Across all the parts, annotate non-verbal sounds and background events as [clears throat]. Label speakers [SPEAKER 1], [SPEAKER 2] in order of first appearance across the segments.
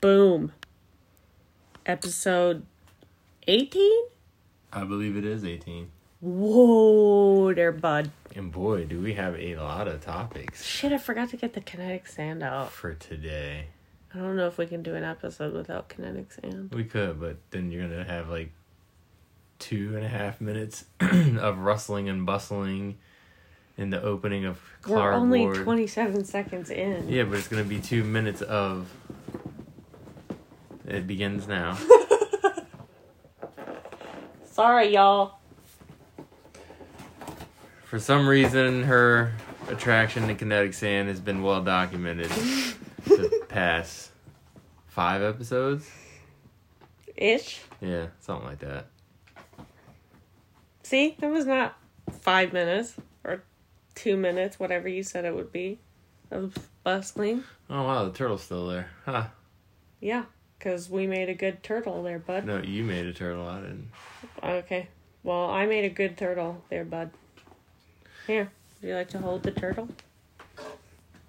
[SPEAKER 1] Boom. Episode 18?
[SPEAKER 2] I believe it is 18.
[SPEAKER 1] Whoa, there, bud.
[SPEAKER 2] And boy, do we have a lot of topics
[SPEAKER 1] Shit, I forgot to get the kinetic sand out.
[SPEAKER 2] for today.
[SPEAKER 1] I don't know if we can do an episode without kinetic sand.
[SPEAKER 2] We could, but then you're going to have like two and a half minutes [clears throat] of rustling and bustling in the opening of
[SPEAKER 1] We're
[SPEAKER 2] cardboard.
[SPEAKER 1] only 27 seconds in.
[SPEAKER 2] Yeah, but it's going to be two minutes of. It begins
[SPEAKER 1] [laughs]
[SPEAKER 2] now.
[SPEAKER 1] Sorry, y'all.
[SPEAKER 2] For some reason, her attraction to kinetic sand has been
[SPEAKER 1] [laughs]
[SPEAKER 2] well documented the past five episodes.
[SPEAKER 1] Ish.
[SPEAKER 2] Yeah, something like that.
[SPEAKER 1] See, that was not five minutes or two minutes, whatever you said it would be, of bustling.
[SPEAKER 2] Oh wow, the turtle's still there. Huh.
[SPEAKER 1] Yeah, because we made a good turtle there, bud.
[SPEAKER 2] No, you made a turtle, I didn't.
[SPEAKER 1] Okay. Well, I made a good turtle there, bud. Here, would you like to hold the turtle?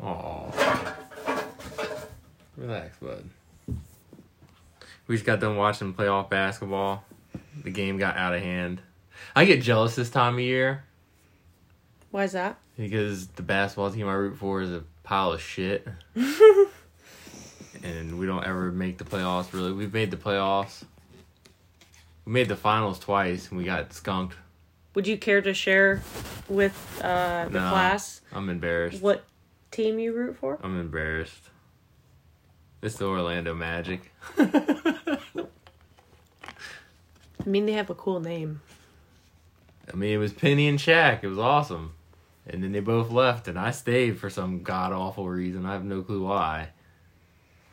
[SPEAKER 2] Aw. Relax, bud. We just got done watching playoff basketball. The game got out of hand. I get jealous this time of year
[SPEAKER 1] Why's that?
[SPEAKER 2] because the basketball team I root for is a pile of shit. and we don't ever make the playoffs, really. We've made the playoffs. We made the finals twice and we got skunked.
[SPEAKER 1] Would you care to share with uh, the
[SPEAKER 2] No.
[SPEAKER 1] class
[SPEAKER 2] I'm embarrassed.
[SPEAKER 1] what team you root for?
[SPEAKER 2] I'm embarrassed. It's the Orlando Magic.
[SPEAKER 1] I mean, they have a cool name.
[SPEAKER 2] I mean, it was Penny and Shaq. It was awesome. And then they both left, and I stayed for some god awful reason. I have no clue why.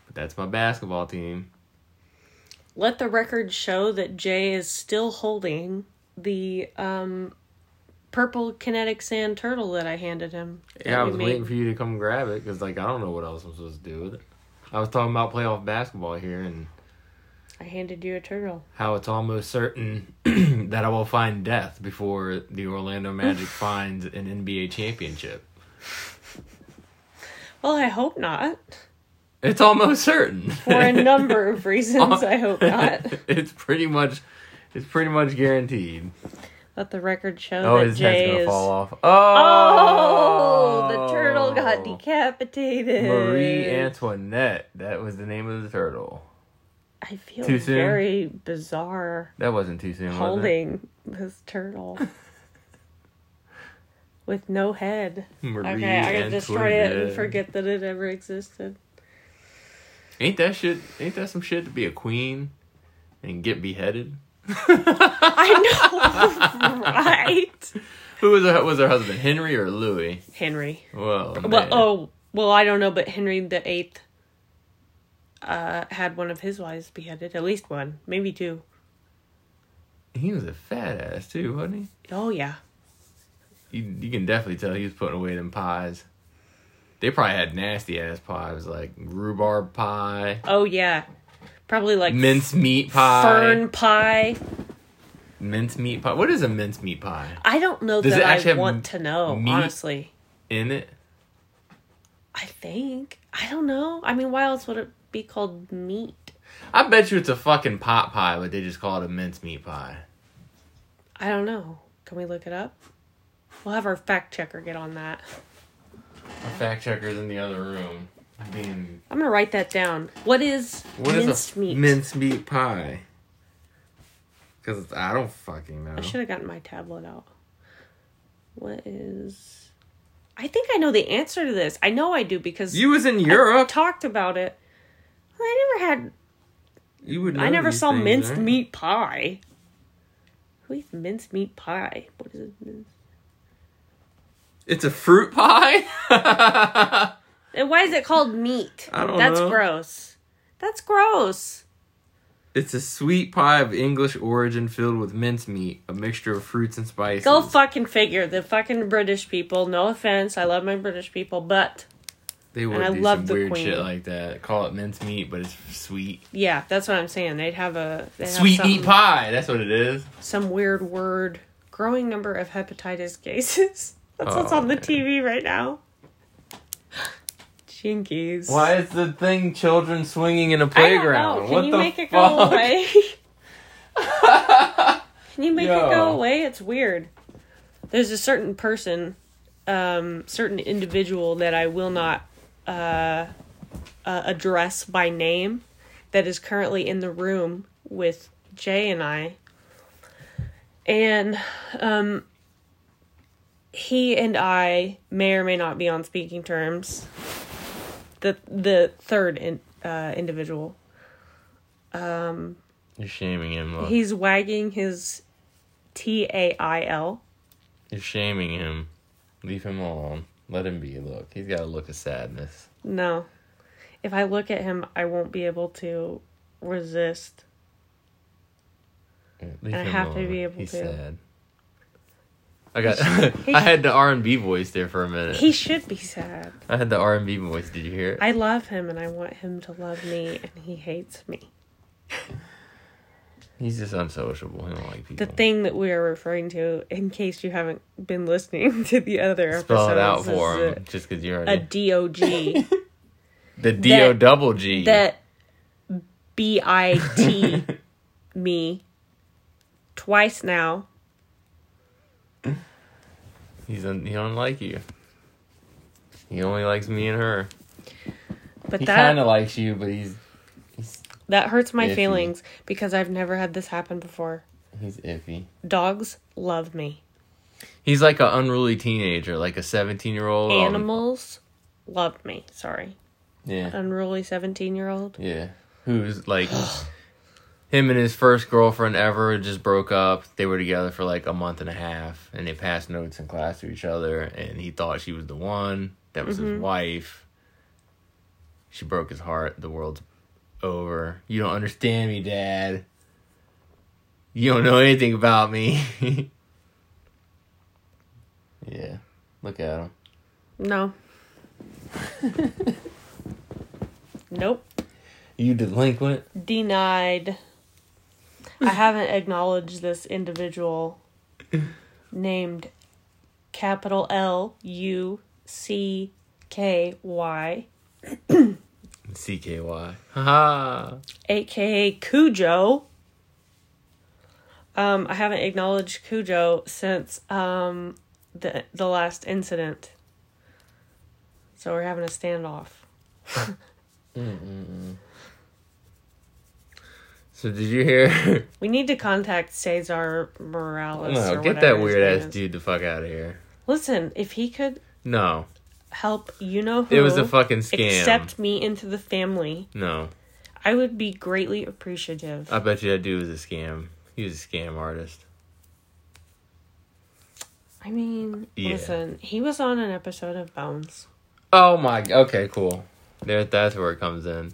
[SPEAKER 2] But that's my basketball team.
[SPEAKER 1] Let the record show that Jay is still holding the um, purple kinetic sand turtle that I handed him.
[SPEAKER 2] Yeah,
[SPEAKER 1] that
[SPEAKER 2] I
[SPEAKER 1] we
[SPEAKER 2] was
[SPEAKER 1] made.
[SPEAKER 2] waiting for you to come grab it because, like, I don't know what else I'm supposed to do with it. I was talking about playoff basketball here and
[SPEAKER 1] I handed you a turtle.
[SPEAKER 2] how it's almost certain [clears throat] that I will find death before the Orlando Magic finds an NBA championship.
[SPEAKER 1] Well, I hope not.
[SPEAKER 2] It's almost certain.
[SPEAKER 1] For
[SPEAKER 2] [laughs]
[SPEAKER 1] a number of reasons, I hope not.
[SPEAKER 2] it's pretty much it's pretty much guaranteed.
[SPEAKER 1] Let the record show
[SPEAKER 2] Oh,
[SPEAKER 1] that
[SPEAKER 2] his head's
[SPEAKER 1] Jay
[SPEAKER 2] gonna
[SPEAKER 1] is.
[SPEAKER 2] fall off. Oh,
[SPEAKER 1] Oh, the turtle got decapitated.
[SPEAKER 2] Marie Antoinette. That was the name of the turtle.
[SPEAKER 1] I feel
[SPEAKER 2] Too soon?
[SPEAKER 1] very bizarre
[SPEAKER 2] That wasn't too soon, was it?
[SPEAKER 1] holding this
[SPEAKER 2] [laughs]
[SPEAKER 1] turtle with no head.
[SPEAKER 2] Marie
[SPEAKER 1] Okay, I gotta destroy it and
[SPEAKER 2] Antoinette.
[SPEAKER 1] forget that it ever existed.
[SPEAKER 2] Ain't that shit? Ain't that some shit to be a queen and get beheaded?
[SPEAKER 1] I know, [laughs] right?
[SPEAKER 2] Who was her, was her husband? Henry or Louis?
[SPEAKER 1] Henry.
[SPEAKER 2] Well,
[SPEAKER 1] Well,
[SPEAKER 2] man.
[SPEAKER 1] oh, well, I don't know, but Henry the Eighth uh, had one of his wives beheaded, at least one, maybe two.
[SPEAKER 2] he was a fat ass too, wasn't
[SPEAKER 1] Oh yeah,
[SPEAKER 2] he? You, you can definitely tell he was putting away them pies. They probably had nasty ass pies like rhubarb pie,
[SPEAKER 1] oh yeah, probably like
[SPEAKER 2] mince meat pie,
[SPEAKER 1] fern pie.
[SPEAKER 2] Mince meat pie. What is a mince meat pie?
[SPEAKER 1] I don't know
[SPEAKER 2] Does
[SPEAKER 1] that
[SPEAKER 2] it actually
[SPEAKER 1] I
[SPEAKER 2] have
[SPEAKER 1] want to know.
[SPEAKER 2] meat?
[SPEAKER 1] Honestly,
[SPEAKER 2] In it?
[SPEAKER 1] I think I don't know. I mean, why else would it be called meat?
[SPEAKER 2] I bet you it's a fucking pot pie, but they just call it a mince meat pie.
[SPEAKER 1] I don't know. Can we look it up? We'll have our fact checker get on that.
[SPEAKER 2] Our fact checker's in the other room. Being
[SPEAKER 1] I'm gonna write that down. What is
[SPEAKER 2] what is
[SPEAKER 1] minced
[SPEAKER 2] a
[SPEAKER 1] meat?
[SPEAKER 2] mince meat pie? Because I don't fucking know.
[SPEAKER 1] I should have gotten my tablet out. What is? I think I know the answer to this. I know I do because
[SPEAKER 2] You was in
[SPEAKER 1] I
[SPEAKER 2] Europe.
[SPEAKER 1] talked about it. Well, I never had.
[SPEAKER 2] you would.
[SPEAKER 1] I
[SPEAKER 2] know
[SPEAKER 1] never
[SPEAKER 2] these
[SPEAKER 1] saw
[SPEAKER 2] things,
[SPEAKER 1] minced
[SPEAKER 2] right?
[SPEAKER 1] meat pie. Who eats minced meat pie? What is it? Mince-
[SPEAKER 2] It's a fruit pie. [laughs]
[SPEAKER 1] And why is it called meat?
[SPEAKER 2] I don't
[SPEAKER 1] That's
[SPEAKER 2] know.
[SPEAKER 1] gross. That's gross.
[SPEAKER 2] it's a sweet pie of English origin filled with mince meat, a mixture of fruits and spices.
[SPEAKER 1] Go fucking figure. The fucking British people. No offense. I love my British people, but
[SPEAKER 2] they would
[SPEAKER 1] and I
[SPEAKER 2] do
[SPEAKER 1] love
[SPEAKER 2] some
[SPEAKER 1] the
[SPEAKER 2] weird
[SPEAKER 1] queen.
[SPEAKER 2] shit like that. Call it mince meat, but it's sweet.
[SPEAKER 1] yeah, that's what I'm saying. They'd have a they'd have
[SPEAKER 2] Sweet meat
[SPEAKER 1] something-
[SPEAKER 2] pie. That's what it is.
[SPEAKER 1] some weird word. Growing number of [laughs] hepatitis cases. That's what's
[SPEAKER 2] Oh,
[SPEAKER 1] on the
[SPEAKER 2] man.
[SPEAKER 1] TV right now. [gasps] Jinkies.
[SPEAKER 2] Why is the thing children swinging in a
[SPEAKER 1] I don't know.
[SPEAKER 2] playground?
[SPEAKER 1] Can
[SPEAKER 2] what
[SPEAKER 1] you
[SPEAKER 2] the
[SPEAKER 1] make it go
[SPEAKER 2] fuck?
[SPEAKER 1] away? [laughs] Can you make it
[SPEAKER 2] Yo.
[SPEAKER 1] go away? It's weird. There's a certain person, um, certain individual that I will not uh, uh, address by name that is currently in the room with Jay and I. And um, he and I may or may not be on speaking terms. The the third in, uh, individual.
[SPEAKER 2] [laughs] You're shaming him. Look.
[SPEAKER 1] He's wagging his T A I L.
[SPEAKER 2] You're shaming him. Leave him alone. Let him be. Look, he's got a look of sadness.
[SPEAKER 1] No. If I look at him, I won't be able to resist.
[SPEAKER 2] Yeah, Leave
[SPEAKER 1] I
[SPEAKER 2] him
[SPEAKER 1] have to
[SPEAKER 2] alone.
[SPEAKER 1] be able
[SPEAKER 2] he's
[SPEAKER 1] to.
[SPEAKER 2] sad. I got. [laughs] I had the R and B voice there for a minute.
[SPEAKER 1] He should be sad.
[SPEAKER 2] I had the R and B voice. Did you hear it?
[SPEAKER 1] I love him and I want him to love me and he hates me.
[SPEAKER 2] He's just unsociable. He don't like people.
[SPEAKER 1] The thing that we are referring to, in case you haven't been listening [laughs] to the other
[SPEAKER 2] Spell it out
[SPEAKER 1] episodes,
[SPEAKER 2] for
[SPEAKER 1] is
[SPEAKER 2] him, just because you
[SPEAKER 1] a, a
[SPEAKER 2] already
[SPEAKER 1] DOG
[SPEAKER 2] the D O double G.
[SPEAKER 1] that B I T me twice now.
[SPEAKER 2] He's un- he don't like you. He only likes me and her.
[SPEAKER 1] But
[SPEAKER 2] He
[SPEAKER 1] that
[SPEAKER 2] kind of likes you, but he's he's
[SPEAKER 1] That hurts my
[SPEAKER 2] Iffy.
[SPEAKER 1] feelings because I've never had this happen before.
[SPEAKER 2] he's iffy.
[SPEAKER 1] Dogs love me.
[SPEAKER 2] He's like an unruly teenager, like a seventeen-year-old
[SPEAKER 1] Animals love me. Sorry.
[SPEAKER 2] yeah,
[SPEAKER 1] Unruly 17 year old.
[SPEAKER 2] yeah. Who's like him and his first girlfriend ever just broke up. They were together for like a month and a half, and they passed notes in class to each other. And he thought she was the one that was his wife. She broke his heart. The world's over. You don't understand me, Dad. You don't know anything about me. [laughs] yeah, look at him.
[SPEAKER 1] No. [laughs] nope.
[SPEAKER 2] You delinquent.
[SPEAKER 1] Denied. I haven't acknowledged this individual named capital L U C K Y,
[SPEAKER 2] CKY. Haha.
[SPEAKER 1] aka Cujo. Um, I haven't acknowledged Cujo since um the the last incident. So we're having a standoff.
[SPEAKER 2] So did you hear?
[SPEAKER 1] We need to contact Cesar Morales.
[SPEAKER 2] no,
[SPEAKER 1] or
[SPEAKER 2] Oh, get
[SPEAKER 1] whatever
[SPEAKER 2] that
[SPEAKER 1] his
[SPEAKER 2] weird
[SPEAKER 1] name
[SPEAKER 2] ass
[SPEAKER 1] is.
[SPEAKER 2] dude the fuck out of here.
[SPEAKER 1] Listen, if he could
[SPEAKER 2] No,
[SPEAKER 1] help, you know who.
[SPEAKER 2] it was a fucking scam.
[SPEAKER 1] accept me into the family.
[SPEAKER 2] no,
[SPEAKER 1] I would be greatly appreciative.
[SPEAKER 2] I bet you that dude was a scam. He was a scam artist.
[SPEAKER 1] I mean,
[SPEAKER 2] Yeah.
[SPEAKER 1] listen, he was on an episode of Bones.
[SPEAKER 2] Oh my. Okay, cool. There, that's where it comes in.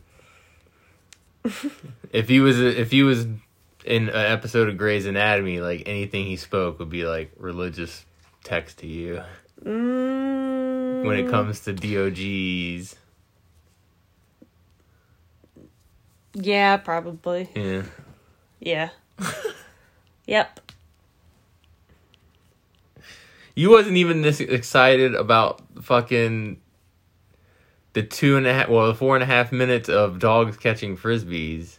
[SPEAKER 1] [laughs]
[SPEAKER 2] if he was, if he was in an episode of Grey's Anatomy, like anything he spoke would be like religious text to you.
[SPEAKER 1] Mm,
[SPEAKER 2] When it comes to DOGs,
[SPEAKER 1] Yeah, probably.
[SPEAKER 2] yeah. [laughs]
[SPEAKER 1] Yeah. yep.
[SPEAKER 2] You wasn't even this excited about fucking the two and a half, well, the four and a half minutes of dogs catching frisbees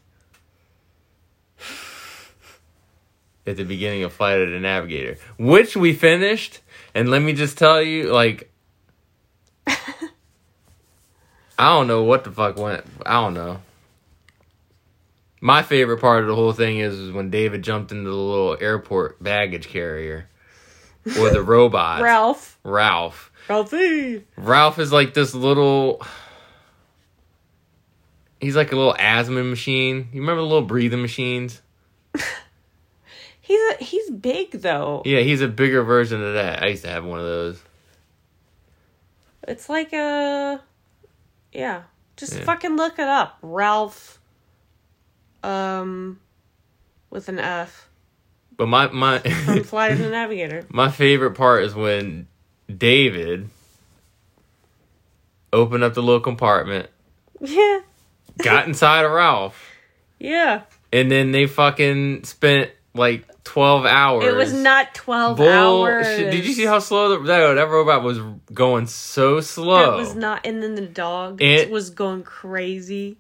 [SPEAKER 2] at the beginning of Flight of the Navigator, which we finished. And let me just tell you, like, I don't know what the fuck went. I don't know. My favorite part of the whole thing is, is when David jumped into the little airport baggage carrier or the robot.
[SPEAKER 1] Ralph.
[SPEAKER 2] Ralph.
[SPEAKER 1] Ralphie.
[SPEAKER 2] Ralph is like this little. He's like a little asthma machine. You remember the little breathing machines?
[SPEAKER 1] He's a, he's big though.
[SPEAKER 2] Yeah, he's a bigger version of that. I used to have one of those.
[SPEAKER 1] It's like a yeah. Just
[SPEAKER 2] Yeah.
[SPEAKER 1] fucking look it up. Ralph um with an F
[SPEAKER 2] But my
[SPEAKER 1] from
[SPEAKER 2] my [laughs]
[SPEAKER 1] Flight of the Navigator.
[SPEAKER 2] my favorite part is when David opened up the little compartment,
[SPEAKER 1] Yeah. [laughs]
[SPEAKER 2] got inside of Ralph,
[SPEAKER 1] Yeah.
[SPEAKER 2] and then they fucking spent like 12 hours.
[SPEAKER 1] It was not 12 hours.
[SPEAKER 2] Bullshit. Did you see how slow the, that, that robot was going so slow?
[SPEAKER 1] That was not. And then the dog
[SPEAKER 2] It-
[SPEAKER 1] was going crazy.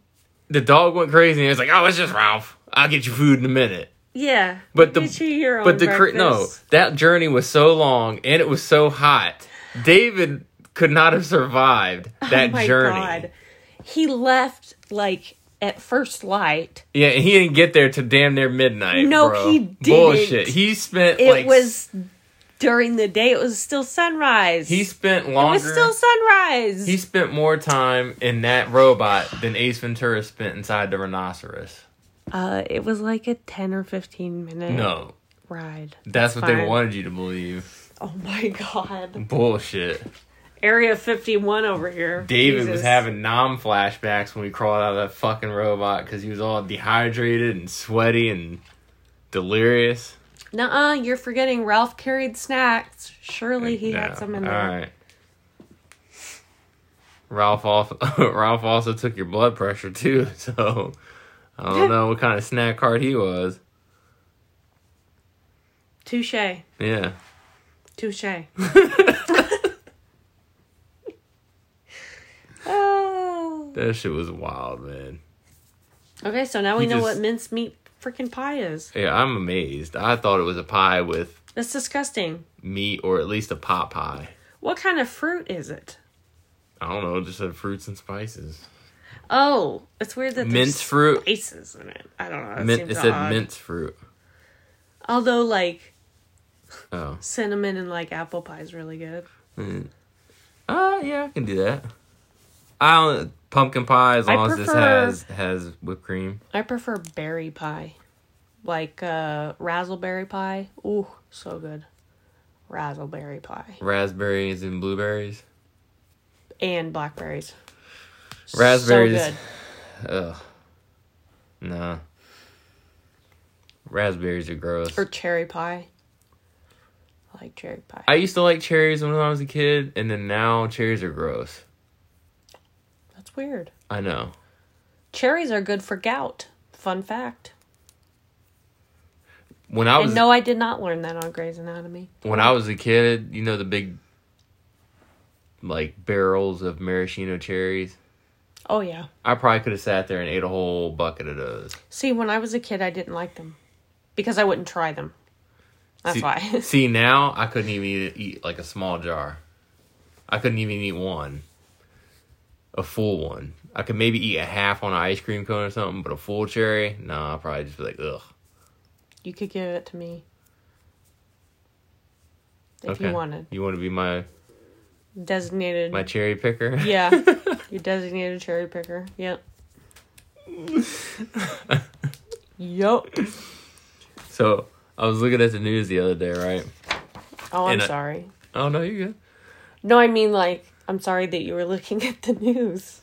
[SPEAKER 2] the dog went crazy and it was like, oh, it's just Ralph. I'll get you food in a minute.
[SPEAKER 1] Yeah.
[SPEAKER 2] But the
[SPEAKER 1] Get you your
[SPEAKER 2] but
[SPEAKER 1] own
[SPEAKER 2] the cra- no
[SPEAKER 1] breakfast.
[SPEAKER 2] that journey was so long and it was so hot. David could not have survived that
[SPEAKER 1] oh my
[SPEAKER 2] journey.
[SPEAKER 1] God. He left like at first light.
[SPEAKER 2] Yeah, and he didn't get there till damn near midnight.
[SPEAKER 1] No,
[SPEAKER 2] bro.
[SPEAKER 1] he didn't.
[SPEAKER 2] Bullshit. He spent
[SPEAKER 1] It
[SPEAKER 2] like
[SPEAKER 1] was during the day. It was still sunrise.
[SPEAKER 2] he spent
[SPEAKER 1] it
[SPEAKER 2] longer.
[SPEAKER 1] was still sunrise.
[SPEAKER 2] he spent more time in that robot than Ace Ventura spent inside the rhinoceros.
[SPEAKER 1] uh, it was like a 10 or 15 minute
[SPEAKER 2] No,
[SPEAKER 1] ride.
[SPEAKER 2] that's what they
[SPEAKER 1] fine.
[SPEAKER 2] wanted you to believe.
[SPEAKER 1] Oh my God.
[SPEAKER 2] Bullshit.
[SPEAKER 1] Area 51 over here.
[SPEAKER 2] David was
[SPEAKER 1] Jesus.
[SPEAKER 2] having nom flashbacks when we crawled out of that fucking robot because he was all dehydrated and sweaty and delirious.
[SPEAKER 1] Nuh-uh, you're forgetting Ralph carried snacks. Surely he had some in there.
[SPEAKER 2] Alright. Ralph also, [laughs] Ralph also took your blood pressure too, [laughs] so I don't know what kind of snack card he was.
[SPEAKER 1] Touche.
[SPEAKER 2] Yeah. [laughs]
[SPEAKER 1] Touche. oh.
[SPEAKER 2] That shit was wild, man.
[SPEAKER 1] Okay, so now we
[SPEAKER 2] He
[SPEAKER 1] know
[SPEAKER 2] just-
[SPEAKER 1] what mince meat freaking pie is.
[SPEAKER 2] Yeah, I'm amazed. I thought it was a pie with
[SPEAKER 1] That's disgusting.
[SPEAKER 2] meat or at least a pot pie.
[SPEAKER 1] What kind of fruit is it?
[SPEAKER 2] I don't know, just said fruits and spices.
[SPEAKER 1] Oh, it's weird that there's
[SPEAKER 2] Mince fruit.
[SPEAKER 1] spices in it. I don't know. It,
[SPEAKER 2] Mint,
[SPEAKER 1] seems
[SPEAKER 2] it said
[SPEAKER 1] odd.
[SPEAKER 2] mince fruit.
[SPEAKER 1] Although, like
[SPEAKER 2] Oh.
[SPEAKER 1] cinnamon and like apple pie is really good.
[SPEAKER 2] Uh, yeah, I can do that. I don't pumpkin pie as
[SPEAKER 1] I
[SPEAKER 2] long as this
[SPEAKER 1] prefer-
[SPEAKER 2] has has whipped cream.
[SPEAKER 1] I prefer berry pie, like uh, razzleberry pie. Ooh, so good. Razzleberry pie
[SPEAKER 2] raspberries and blueberries.
[SPEAKER 1] and blackberries.
[SPEAKER 2] Raspberries.
[SPEAKER 1] So good.
[SPEAKER 2] Ugh. Nah. Raspberries are gross.
[SPEAKER 1] Or cherry pie. I like cherry pie.
[SPEAKER 2] I used to like cherries when I was a kid, and then now cherries are gross.
[SPEAKER 1] That's weird.
[SPEAKER 2] I know.
[SPEAKER 1] Cherries are good for gout. Fun fact.
[SPEAKER 2] When I was
[SPEAKER 1] and no, I did not learn that on Grey's Anatomy.
[SPEAKER 2] when I was a kid, you know the big like barrels of maraschino cherries.
[SPEAKER 1] Oh yeah.
[SPEAKER 2] I probably could have sat there and ate a whole bucket of those.
[SPEAKER 1] See, when I was a kid, I didn't like them because I wouldn't try them. That's
[SPEAKER 2] see,
[SPEAKER 1] why. [laughs]
[SPEAKER 2] see now I couldn't even eat, eat like a small jar. I couldn't even eat one, a full one. I could maybe eat a half on an ice cream cone or something, but a full cherry, no, nah, I'll probably just be like, ugh.
[SPEAKER 1] you could give it to me if
[SPEAKER 2] Okay.
[SPEAKER 1] you wanted.
[SPEAKER 2] You want to be my
[SPEAKER 1] Designated.
[SPEAKER 2] my cherry picker?
[SPEAKER 1] [laughs]
[SPEAKER 2] [laughs]
[SPEAKER 1] Yeah. Your designated cherry picker. Yep. yup.
[SPEAKER 2] So I was looking at the news the other day, right?
[SPEAKER 1] Oh, I'm
[SPEAKER 2] And I-
[SPEAKER 1] sorry.
[SPEAKER 2] Oh no, you good.
[SPEAKER 1] No, I mean like I'm sorry that you were looking at the news.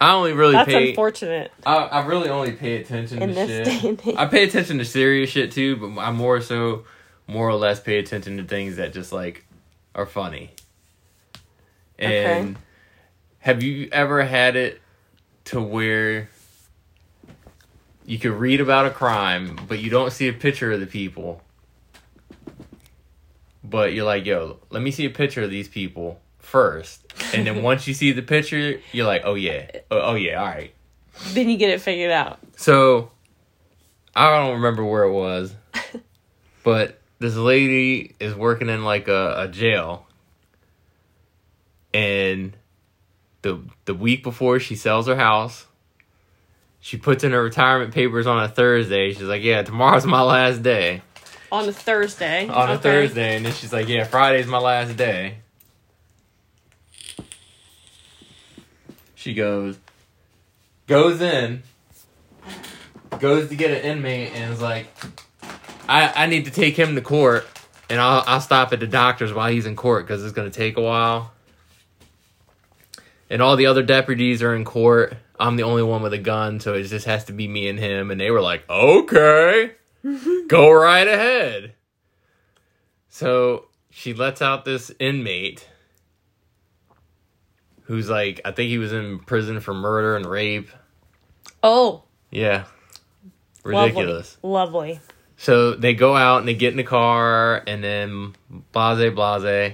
[SPEAKER 2] I only really
[SPEAKER 1] That's
[SPEAKER 2] pay.
[SPEAKER 1] unfortunate.
[SPEAKER 2] I, I really only pay attention
[SPEAKER 1] In
[SPEAKER 2] to
[SPEAKER 1] this
[SPEAKER 2] shit.
[SPEAKER 1] day and age.
[SPEAKER 2] I pay attention to serious shit too, but I more so, more or less, pay attention to things that just like are funny. And
[SPEAKER 1] Okay.
[SPEAKER 2] have you ever had it to where you could read about a crime, but you don't see a picture of the people? But you're like, yo, let me see a picture of these people first. And then once you see the picture, you're like, oh yeah, oh, oh yeah, all right.
[SPEAKER 1] Then you get it figured out.
[SPEAKER 2] So I don't remember where it was, but this lady is working in like a, a jail, and the the week before she sells her house, she puts in her retirement papers on a Thursday. She's like, "Yeah, tomorrow's my last day."
[SPEAKER 1] On a Thursday.
[SPEAKER 2] On a
[SPEAKER 1] Okay.
[SPEAKER 2] Thursday, and then she's like, "Yeah, Friday's my last day." She goes, goes in, goes to get an inmate, and is like, "I I need to take him to court, and I'll I'll stop at the doctor's while he's in court because it's gonna take a while." And all the other deputies are in court. I'm the only one with a gun, so it just has to be me and him. And they were like, "Okay, go right ahead." So she lets out this inmate who's like, I think he was in prison for murder and rape.
[SPEAKER 1] Oh,
[SPEAKER 2] Yeah.
[SPEAKER 1] lovely.
[SPEAKER 2] Ridiculous.
[SPEAKER 1] Lovely.
[SPEAKER 2] So they go out and they get in the car, and then blase blase.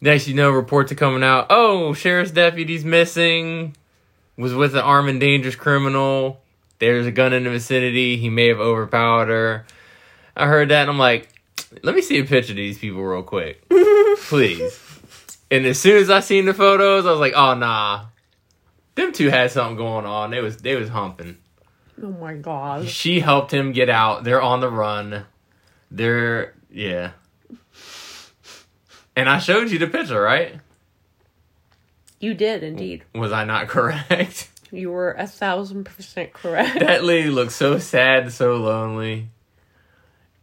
[SPEAKER 2] Next, you know, reports are coming out. Oh, sheriff's deputy's missing. Was with an armed and dangerous criminal. There's a gun in the vicinity. He may have overpowered her. I heard that, and I'm like, let me see a picture of these people real quick, please. And as soon as I seen the photos, I was like, oh nah, them two had something going on. They was they was humping.
[SPEAKER 1] Oh my god.
[SPEAKER 2] She helped him get out. They're on the run. They're yeah. And I showed you the picture, right?
[SPEAKER 1] You did indeed.
[SPEAKER 2] Was I not [laughs] correct?
[SPEAKER 1] You were a thousand percent
[SPEAKER 2] [laughs]
[SPEAKER 1] correct.
[SPEAKER 2] that lady looked so sad, and so lonely.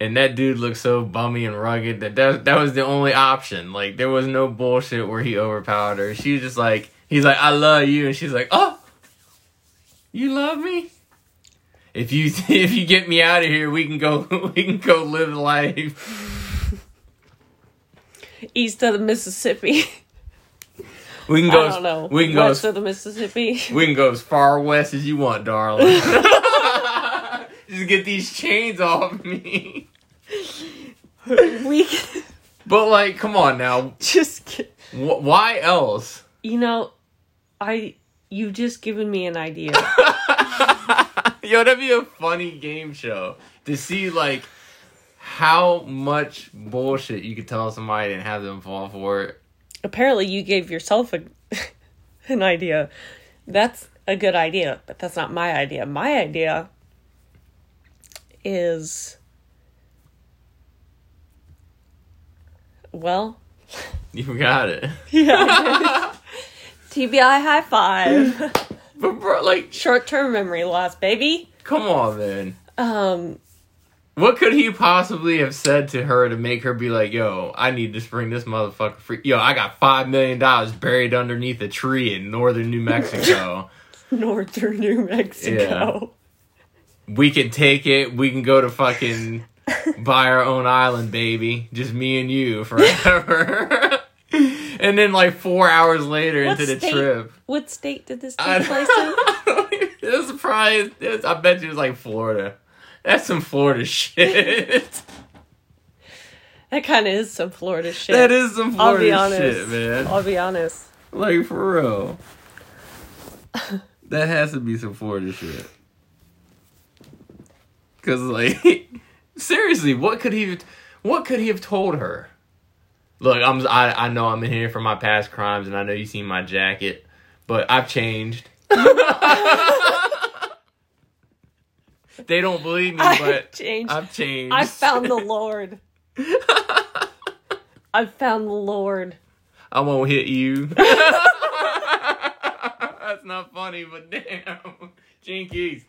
[SPEAKER 2] And that dude looked so bummy and rugged that, that that was the only option. Like there was no bullshit where he overpowered her. She was just like he's like, I love you and she's like, Oh You love me? If you [laughs] if you get me out of here we can go [laughs] we can go live life.
[SPEAKER 1] East of the Mississippi. [laughs]
[SPEAKER 2] We can
[SPEAKER 1] I
[SPEAKER 2] go
[SPEAKER 1] don't know.
[SPEAKER 2] we can go
[SPEAKER 1] West of the
[SPEAKER 2] [laughs]
[SPEAKER 1] Mississippi. [laughs]
[SPEAKER 2] We can go as far west as you want, darling. [laughs] Just get these chains off me.
[SPEAKER 1] we can-
[SPEAKER 2] But like, come on now.
[SPEAKER 1] just get,
[SPEAKER 2] Wh- why else?
[SPEAKER 1] you know, I you've just given me an idea.
[SPEAKER 2] Yo, that'd be a funny game show to see like how much bullshit you could tell somebody and have them fall for it.
[SPEAKER 1] Apparently, you gave yourself a, [laughs] an idea. That's a good idea, but that's not my idea. My idea is well,
[SPEAKER 2] You got it.
[SPEAKER 1] [laughs] TBI high five.
[SPEAKER 2] But bro, like,
[SPEAKER 1] Short term memory loss, baby.
[SPEAKER 2] come on, man.
[SPEAKER 1] Um,
[SPEAKER 2] What could he possibly have said to her to make her be like, yo, I need to spring this motherfucker free? Yo, I got $5 million buried underneath a tree in northern
[SPEAKER 1] [laughs]
[SPEAKER 2] New Mexico.
[SPEAKER 1] northern New Mexico.
[SPEAKER 2] we can take it. We can go
[SPEAKER 1] [laughs]
[SPEAKER 2] to fucking buy our own island, baby. Just me and you forever. [laughs] and then, like, four hours later
[SPEAKER 1] What
[SPEAKER 2] into the
[SPEAKER 1] state-
[SPEAKER 2] trip.
[SPEAKER 1] What state did this
[SPEAKER 2] I
[SPEAKER 1] take place in?
[SPEAKER 2] don't even- [laughs] it was probably, it was- I bet you it was like Florida. That's some Florida [laughs] shit.
[SPEAKER 1] That kind of is some Florida shit.
[SPEAKER 2] that is some Florida
[SPEAKER 1] I'll be honest.
[SPEAKER 2] shit, man.
[SPEAKER 1] I'll be honest.
[SPEAKER 2] Like for real. that has to be some Florida shit. Cause like [laughs] seriously, what could he what could he have told her? Look, I'm I, I know I'm in here for my past crimes and I know you seen my jacket, but I've changed.
[SPEAKER 1] [laughs]
[SPEAKER 2] they don't believe me,
[SPEAKER 1] [laughs] I
[SPEAKER 2] but
[SPEAKER 1] changed.
[SPEAKER 2] I've changed.
[SPEAKER 1] I found
[SPEAKER 2] [laughs]
[SPEAKER 1] the Lord. I found the Lord.
[SPEAKER 2] I won't hit you. [laughs] That's not funny, but damn. Jinkies.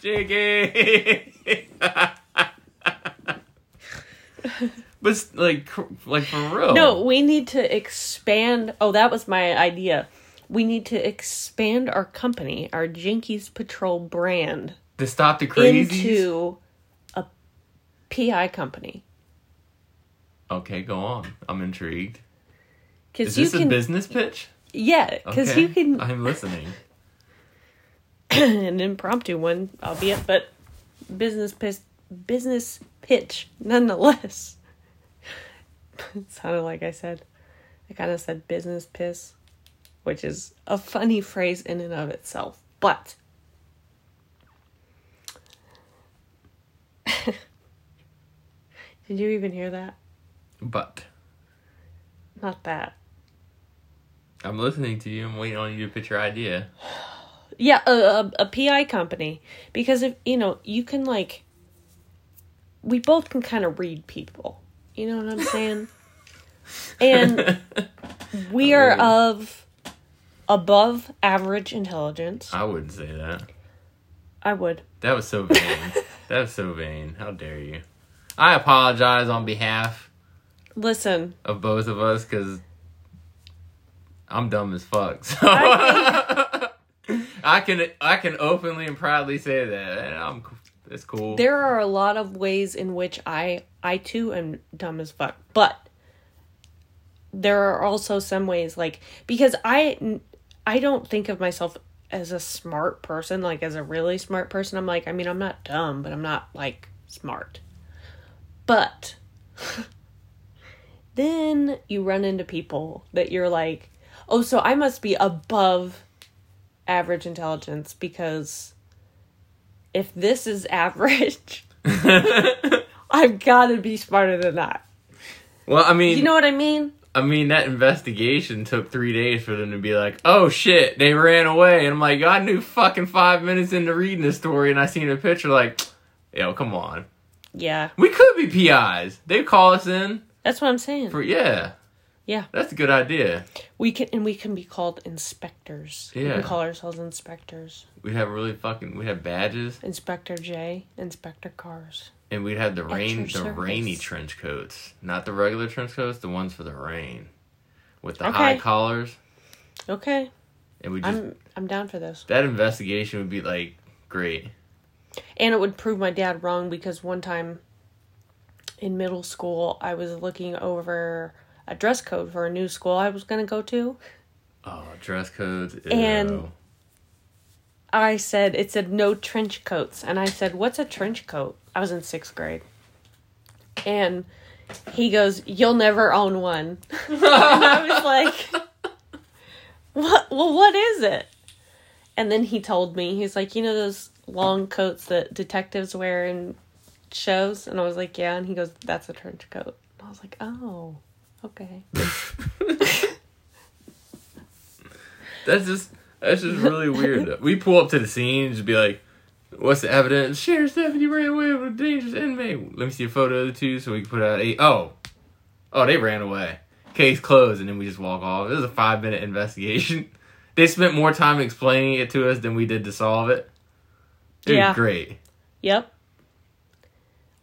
[SPEAKER 2] Jinkies. [laughs] but s- like cr- like for real.
[SPEAKER 1] No, we need to expand. Oh, that was my idea. We need to expand our company, our Jinkies Patrol brand,
[SPEAKER 2] To stop the crazies.
[SPEAKER 1] into a PI company.
[SPEAKER 2] okay, go on. I'm intrigued. Is
[SPEAKER 1] Because you
[SPEAKER 2] this a
[SPEAKER 1] can,
[SPEAKER 2] business pitch?
[SPEAKER 1] yeah, because
[SPEAKER 2] Okay,
[SPEAKER 1] you can
[SPEAKER 2] I'm listening.
[SPEAKER 1] [clears throat] an impromptu one, albeit, but business pitch, business pitch nonetheless. [laughs] it sounded like I said, I kind of said business piss, which is a funny phrase in and of itself, but. [laughs] Did you even hear that?
[SPEAKER 2] But
[SPEAKER 1] Not that.
[SPEAKER 2] I'm listening to you. I'm waiting on you to pitch your idea. [laughs]
[SPEAKER 1] Yeah, a, a, a PI company because if you know you can like, we both can kind of read people. You know what I'm saying? and we are
[SPEAKER 2] Agreed.
[SPEAKER 1] of above average intelligence.
[SPEAKER 2] I wouldn't say that.
[SPEAKER 1] I would.
[SPEAKER 2] That was so vain. that was so vain. How dare you? I apologize on behalf
[SPEAKER 1] Listen,
[SPEAKER 2] of both of us because I'm dumb as fuck. [laughs] So I can I can openly and proudly say that and I'm it's cool.
[SPEAKER 1] there are a lot of ways in which I I too am dumb as fuck, but there are also some ways like because I I don't think of myself as a smart person, like as a really smart person. I'm like, I mean, I'm not dumb, but I'm not like smart. But [laughs] then you run into people that you're like, oh, so I must be above average intelligence because if this is
[SPEAKER 2] [laughs]
[SPEAKER 1] average, I've got to be smarter than that.
[SPEAKER 2] Well, I mean,
[SPEAKER 1] You know what I mean?
[SPEAKER 2] I mean, that investigation took three days for them to be like, "Oh shit, they ran away," and I'm like, "I knew fucking five minutes into reading this story, and I seen a picture like, yo, come on,
[SPEAKER 1] Yeah.
[SPEAKER 2] we could be PIs. They call us in
[SPEAKER 1] That's what I'm saying.
[SPEAKER 2] for yeah,
[SPEAKER 1] Yeah.
[SPEAKER 2] that's a good idea.
[SPEAKER 1] We can and we can be called inspectors. We
[SPEAKER 2] Yeah.
[SPEAKER 1] can call ourselves inspectors.
[SPEAKER 2] We'd have really fucking, we'd have badges,
[SPEAKER 1] Inspector J, Inspector Cars.
[SPEAKER 2] and we'd have the rain, the
[SPEAKER 1] your service.
[SPEAKER 2] rainy trench coats, not the regular trench coats, the ones for the rain, with the
[SPEAKER 1] Okay.
[SPEAKER 2] high collars,
[SPEAKER 1] Okay.
[SPEAKER 2] and we just
[SPEAKER 1] I'm I'm down for this.
[SPEAKER 2] that investigation would be like great.
[SPEAKER 1] And it would prove my dad wrong because one time in middle school I was looking over a dress code for a new school I was going to go to.
[SPEAKER 2] Oh, dress codes,
[SPEAKER 1] And-
[SPEAKER 2] ew.
[SPEAKER 1] I said it said no trench coats and I said what's a trench coat? I was in 6th grade. And he goes, "You'll never own one." [laughs] and I was like, "What? Well, what is it?" And then he told me, he's like, "You know those long coats that detectives wear in shows?" And I was like, "Yeah." And he goes, "That's a trench coat." And I was like, "Oh, okay."
[SPEAKER 2] That's just that's just really weird. though. We pull up to the scene and just be like, "What's the evidence?" Sheriff Stephanie ran away with a dangerous inmate. Let me see a photo of the two so we can put out eight. Oh, oh, they ran away. Case closed, and then we just walk off. It was a five minute investigation. [laughs] They spent more time explaining it to us than we did to solve it. Dude,
[SPEAKER 1] Yeah.
[SPEAKER 2] great.
[SPEAKER 1] Yep.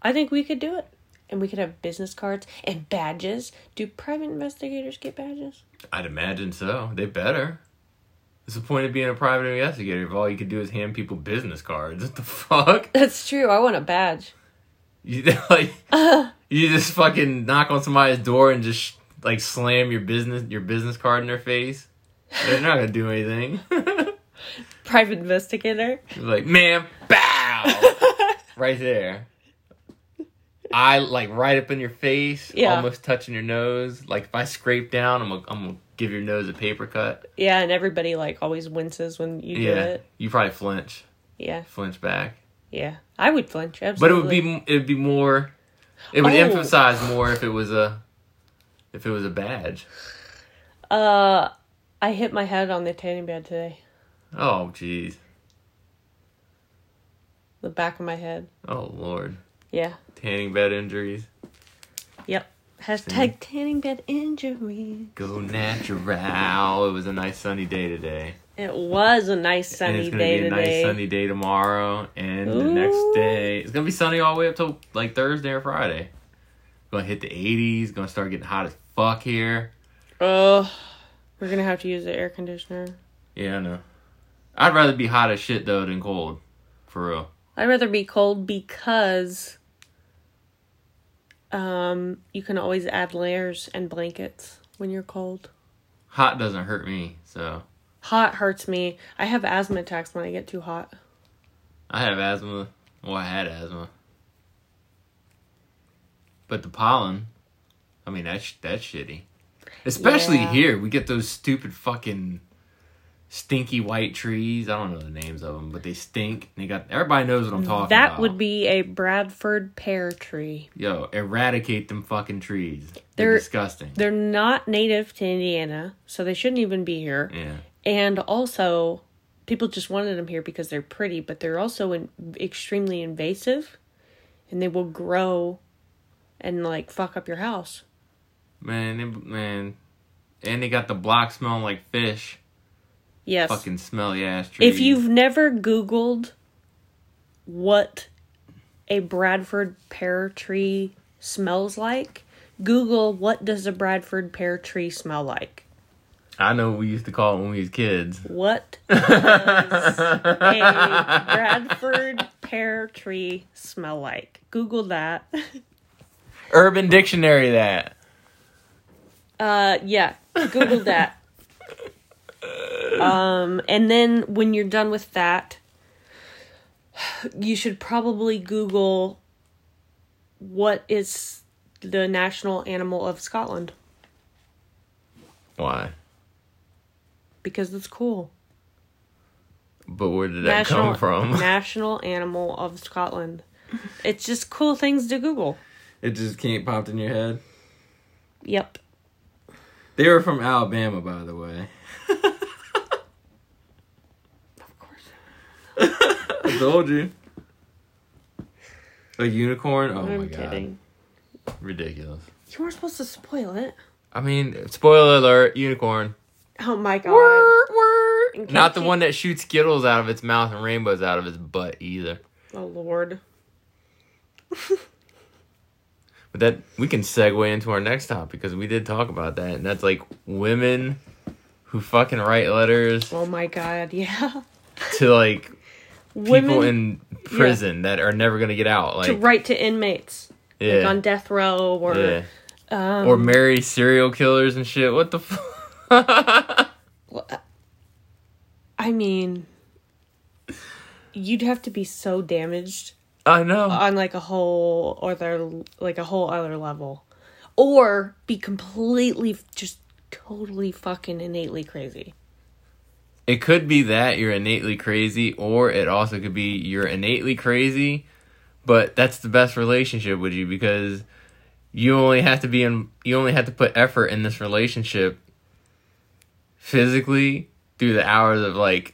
[SPEAKER 1] I think we could do it. And we could have business cards and badges. Do private investigators get badges?
[SPEAKER 2] I'd imagine so. They better. It's the point of being a private investigator if all you could do is hand people business cards. [laughs] What the fuck?
[SPEAKER 1] [laughs] That's true. I want a badge.
[SPEAKER 2] You [laughs] like you just fucking knock on somebody's door and just like slam your business your business card in their face. They're not gonna do anything. [laughs]
[SPEAKER 1] Private investigator.
[SPEAKER 2] like, ma'am, bow,
[SPEAKER 1] [laughs]
[SPEAKER 2] right there. I like right up in your face,
[SPEAKER 1] Yeah.
[SPEAKER 2] almost touching your nose. Like if I scrape down, I'm gonna, I'm gonna give your nose a paper cut.
[SPEAKER 1] Yeah, and everybody like always winces when you do
[SPEAKER 2] Yeah,
[SPEAKER 1] it.
[SPEAKER 2] you probably flinch,
[SPEAKER 1] Yeah,
[SPEAKER 2] flinch back.
[SPEAKER 1] yeah. I would flinch.
[SPEAKER 2] But it would
[SPEAKER 1] Absolutely.
[SPEAKER 2] be m- it'd be more. It would
[SPEAKER 1] Oh.
[SPEAKER 2] emphasize more if it was a if it was a badge.
[SPEAKER 1] Uh, I hit my head on the tanning bed today.
[SPEAKER 2] Oh, jeez.
[SPEAKER 1] The back of my head.
[SPEAKER 2] Oh lord,
[SPEAKER 1] Yeah.
[SPEAKER 2] tanning bed injuries.
[SPEAKER 1] Yep. Hashtag tanning bed injury.
[SPEAKER 2] Go natural. It was a nice sunny day today.
[SPEAKER 1] It was a nice
[SPEAKER 2] and
[SPEAKER 1] sunny
[SPEAKER 2] it's gonna
[SPEAKER 1] day
[SPEAKER 2] be a
[SPEAKER 1] today.
[SPEAKER 2] nice sunny day tomorrow and the next
[SPEAKER 1] Ooh.
[SPEAKER 2] day. It's gonna be sunny all the way up till like Thursday or Friday. Gonna hit the 80s. Gonna start getting hot as fuck here.
[SPEAKER 1] Ugh. We're gonna have to use the air conditioner.
[SPEAKER 2] Yeah, I know. I'd rather be hot as shit though than cold, for real.
[SPEAKER 1] I'd rather be cold because um you can always add layers and blankets when you're cold.
[SPEAKER 2] Hot doesn't hurt me, so
[SPEAKER 1] Hot hurts me. I have asthma attacks when I get too hot.
[SPEAKER 2] I have asthma. Well, I had asthma, but the pollen. I mean, that's that's shitty. Especially
[SPEAKER 1] Yeah.
[SPEAKER 2] here, we get those stupid fucking stinky white trees. I don't know the names of them, but they stink. They got everybody knows what I'm talking
[SPEAKER 1] that
[SPEAKER 2] about.
[SPEAKER 1] would be a Bradford pear tree.
[SPEAKER 2] yo eradicate them fucking trees. They're,
[SPEAKER 1] They're-
[SPEAKER 2] disgusting.
[SPEAKER 1] They're not native to Indiana, so they shouldn't even be here.
[SPEAKER 2] yeah,
[SPEAKER 1] And also, people just wanted them here because they're pretty, but they're also in, extremely invasive and they will grow and like fuck up your house.
[SPEAKER 2] man, they, man, and they got the block smelling like fish.
[SPEAKER 1] Yes.
[SPEAKER 2] Fucking smelly ass trees.
[SPEAKER 1] If you've never Googled what a Bradford pear tree smells like, Google what does a Bradford pear tree smell like.
[SPEAKER 2] I know what we used to call it when we was kids.
[SPEAKER 1] What does a Bradford pear tree smell like? Google that. [laughs]
[SPEAKER 2] Urban Dictionary that.
[SPEAKER 1] Uh, yeah, Google that. um, and then when you're done with that, you should probably Google what is the national animal of Scotland?
[SPEAKER 2] Why?
[SPEAKER 1] Because it's cool.
[SPEAKER 2] But where did that come from? [laughs]
[SPEAKER 1] National animal of Scotland. It's just cool things to Google.
[SPEAKER 2] it just can't popped in your head.
[SPEAKER 1] Yep.
[SPEAKER 2] They were from Alabama, by the way.
[SPEAKER 1] [laughs] Of course.
[SPEAKER 2] [laughs] I told you. A unicorn? Oh
[SPEAKER 1] I'm
[SPEAKER 2] my
[SPEAKER 1] kidding.
[SPEAKER 2] god. Ridiculous.
[SPEAKER 1] You weren't supposed to spoil it.
[SPEAKER 2] I mean, spoiler alert, unicorn.
[SPEAKER 1] Oh my god.
[SPEAKER 2] Whir, whir.
[SPEAKER 1] In case
[SPEAKER 2] Not the
[SPEAKER 1] you-
[SPEAKER 2] one that shoots Skittles out of its mouth and rainbows out of its butt either.
[SPEAKER 1] Oh lord.
[SPEAKER 2] But that we can segue into our next topic because we did talk about that, and that's like women who fucking write letters
[SPEAKER 1] Oh my god. [laughs] Yeah.
[SPEAKER 2] to like people
[SPEAKER 1] Women
[SPEAKER 2] in prison that are never gonna get out. Like
[SPEAKER 1] to write to inmates.
[SPEAKER 2] yeah,
[SPEAKER 1] Like on Um, death row or
[SPEAKER 2] yeah. or marry serial killers and shit. What the [laughs] fuck?
[SPEAKER 1] I mean you'd have to be so damaged
[SPEAKER 2] I know.
[SPEAKER 1] on like a whole other like a whole other level or be completely just totally fucking innately crazy
[SPEAKER 2] It could be that you're innately crazy, or it also could be you're innately crazy, but that's the best relationship with you because you only have to be in, you only have to put effort in this relationship physically through the hours of like